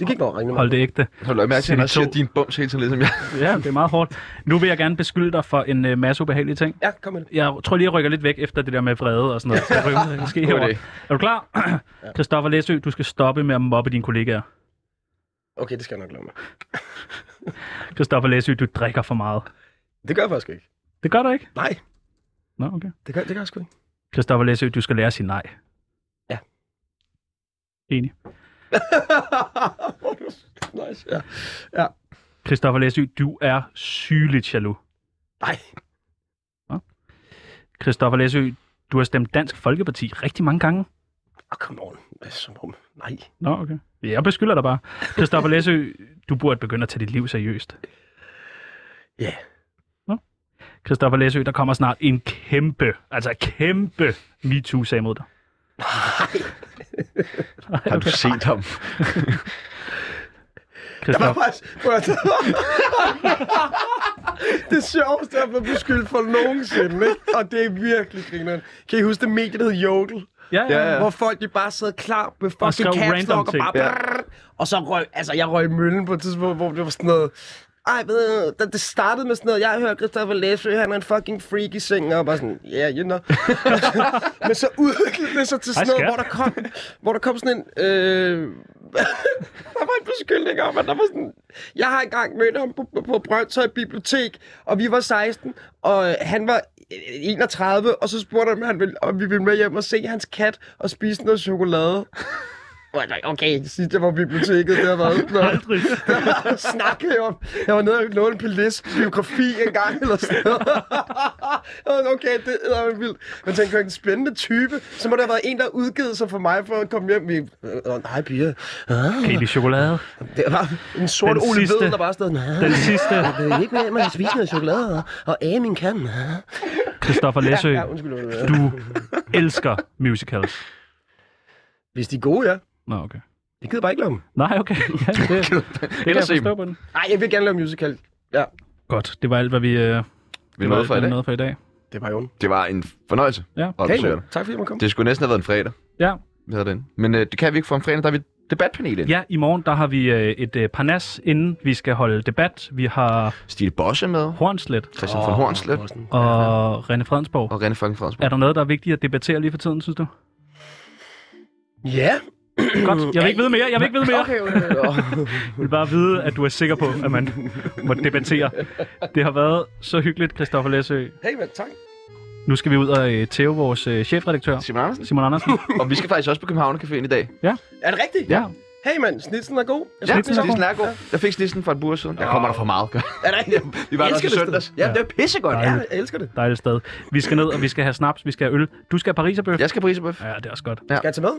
E: Det gik mig rigtig meget.
C: Hold det ægte.
A: Har du lagt mærke til, at han også
C: City
A: siger
C: to.
A: din bums hele tiden, ligesom jeg?
C: Ja, det er meget hårdt. Nu vil jeg gerne beskylde dig for en øh, masse ubehagelige ting.
E: Ja, kom med det.
C: Jeg tror lige, jeg rykker lidt væk efter det der med vrede og sådan noget. Så
A: [laughs]
C: jeg rykker måske
A: God
C: herover.
A: idé.
C: Er du klar? [clears throat] Christoffer Læsø, du skal stoppe med at mobbe dine kollegaer.
E: Okay, det skal jeg nok lade mig.
C: Christoffer Læsø, du drikker for meget.
E: Det gør jeg faktisk ikke.
C: Det gør du ikke?
E: Nej,
C: Nå, okay.
E: det gør, det gør jeg sgu ikke.
C: Christoffer Læsø, du skal lære at sige nej.
E: Ja.
C: Enig.
E: nice, ja.
C: Christoffer Læsø, du er sygeligt jaloux.
E: Nej,
C: Christoffer Læsø, du har stemt Dansk Folkeparti rigtig mange gange.
E: oh, come on. Hvad som om? Nej.
C: Nå, okay. Jeg beskylder dig bare. Christoffer Læsø, du burde begynde at tage dit liv seriøst.
E: Ja.
C: Christoffer Læsø, der kommer snart en kæmpe, altså kæmpe MeToo-sag mod dig.
A: Har du set
C: [laughs]
A: ham?
E: Der var
C: Christoffer,
E: faktisk... Prøv at- [laughs] det sjoveste, jeg blev beskyldt for nogensinde, ikke? Og det er virkelig grineren. Kan I huske det medie, der hed Jodel?
C: ja, ja,
A: Ja.
C: ja.
E: Hvor folk de bare sad klar med
C: Og skrev
E: fucking caps
C: random
E: lock og bare...
A: ting. Ja.
E: brrrr. Og så røg... Altså, jeg røg i møllen på et tidspunkt, hvor det var sådan noget... Ej, ved du, da det startede med sådan noget, jeg hører Christoffer Læsø, han er en fucking freak i sengen, og jeg bare sådan, ja, yeah, you know. [laughs] Men så udviklede det sig til sådan
C: Hej,
E: noget,
C: skat.
E: hvor der, kom, hvor der kom sådan en... Øh, [laughs] der var en beskyldning om, at der var sådan... Jeg har engang mødt ham på, på Brøndshøj Bibliotek, og vi var 16, og øh, han var øh, 31, og så spurgte han, om, han ville, om vi ville med hjem og se hans kat og spise noget chokolade. Og jeg tænkte, Okay, sidst jeg var på biblioteket, det har [laughs] været... Nå.
C: Aldrig.
E: snakke om. Jeg var nede og låne Pelis biografi en gang eller sådan noget. [laughs] Jeg var sådan, okay, det er vildt. Men tænkte, en spændende type. Så må der have været en, der udgivet sig for mig for at komme hjem. Vi, øh, nej, piger. Ah,
C: Katie Chokolade.
E: det var en
C: Den
E: sort Ole
C: sidste-
E: Vedel, der bare stod, nej,
C: Den sidste,
E: jeg vil ikke med, man kan spise noget chokolade og æge min kan. Ah.
C: Christoffer Læsø,
E: Ja, undskyld. Ole.
C: du elsker musicals.
E: Hvis de er gode, ja.
C: Nå, okay.
E: Jeg gider bare ikke lave dem.
C: Nej,
A: [laughs]
C: okay. Ja, det, det kan
A: Ind og
C: jeg
A: se
C: forstå
A: dem.
C: på den.
E: Nej, jeg vil gerne lave musical. Ja,
C: Godt, det var alt, hvad vi, øh,
A: Vi nåede for i dag.
C: noget for i dag.
E: det var jo.
A: Det var en fornøjelse.
C: Ja.
A: Og
E: Okay,
A: okay,
E: tak fordi du kom.
A: det skulle næsten have været en fredag,
C: Ja.
A: vi havde den. Men øh, det kan vi ikke få om fredag, der er vi debatpanel ind.
C: ja, i morgen der har vi øh, et øh, parnas, inden vi skal holde debat. Vi har
A: Stine Bosse med,
C: Hornslet
A: Christian oh, von Hornslet
C: og René Fredensborg.
A: og René fucking Fredensborg.
C: Er der noget, der er vigtigt at debattere lige for tiden, synes du?
E: Ja.
C: Godt, jeg vil ikke vide mere, jeg vil ikke vide mere.
E: Okay, okay,
A: [laughs]
E: okay.
C: Jeg vil bare vide, at du er sikker på, at man må debattere. Det har været så hyggeligt, Christoffer Læsø.
E: Hey, men tak.
C: Nu skal vi ud og øh, tæve vores øh, chefredaktør,
A: Simon Andersen.
C: Simon Andersen.
A: Og vi skal faktisk også på København Café i dag.
E: Er det rigtigt?
A: Ja.
E: Hey mand, snitsen er god. Jeg synes,
A: Snitsen
E: den
A: er god. er god. Jeg fik snitsen for et bur siden. Der kommer der for meget.
E: Er det
A: [laughs]
E: rigtigt?
A: Vi var der
E: Jeg
A: også i
E: elsker det
A: søndags.
E: sted. Ja, det er pissegodt. Ja, jeg
C: Dejligt.
E: elsker det.
C: Dejligt sted. Vi skal ned, og vi skal have snaps, vi skal have øl. Du skal have pariserbøf.
A: Jeg skal på Riserbøf.
C: Ja, det er også godt.
E: Skal jeg tage med?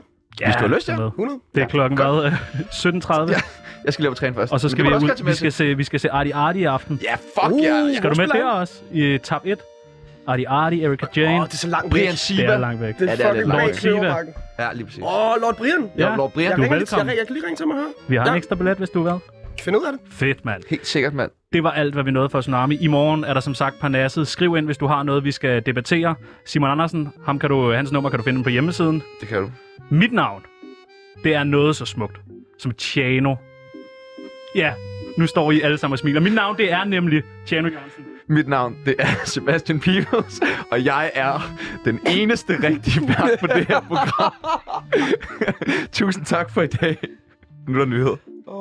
C: Ja,
A: Hvis du har lyst, ja.
C: med.
E: 100?
C: Det er klokken hvad, øh, 17.30,
A: Ja. Jeg skal lige op og træne først.
C: og så
A: Men
C: skal
A: det
C: vi
A: må du også godt tage
C: ud. Vi
A: med
C: skal
A: til.
C: se, vi skal se Arti Arti i aften.
A: Ja, fuck ja.
E: Uh.
A: Yeah.
C: Skal du med
E: Husker
C: der
E: langt.
C: også? I øh, tab 1. Arti Arti, Erika Jane.
E: Åh, det er så langt
A: Brian
E: væk.
A: Siva.
C: det er langt væk.
E: Det
A: Ja,
E: er
A: det er
E: fucking
A: lidt
E: bag
A: langt.
E: Kløvermarken.
A: Ja, lige præcis.
E: Åh, Lord Brian.
A: Ja,
C: Ja.
A: Lord Brian.
E: Jeg,
C: Du er
E: ringer lige, til- jeg,
C: velkommen.
E: jeg, jeg kan lige ringe til mig her.
C: Vi har en
E: Ja.
C: ekstra billet, hvis du vil.
E: Find ud af det.
C: Fedt, mand.
A: Helt sikkert, mand.
C: Det var alt, hvad vi nåede for Tsunami. I morgen er der som sagt Parnasset. Skriv ind, hvis du har noget, vi skal debattere. Simon Andersen, ham kan du, hans nummer kan du finde på hjemmesiden.
A: Det kan du.
C: Mit navn, det er noget så smukt som Tjano. Ja, nu står I alle sammen og smiler. Mit navn, det er nemlig Tjano Jørgensen.
A: Mit navn, det er [laughs] Sebastian Peebles, og jeg er den eneste rigtige [laughs] vært på det her program. Tusind tak for i dag. Nu er der nyheder.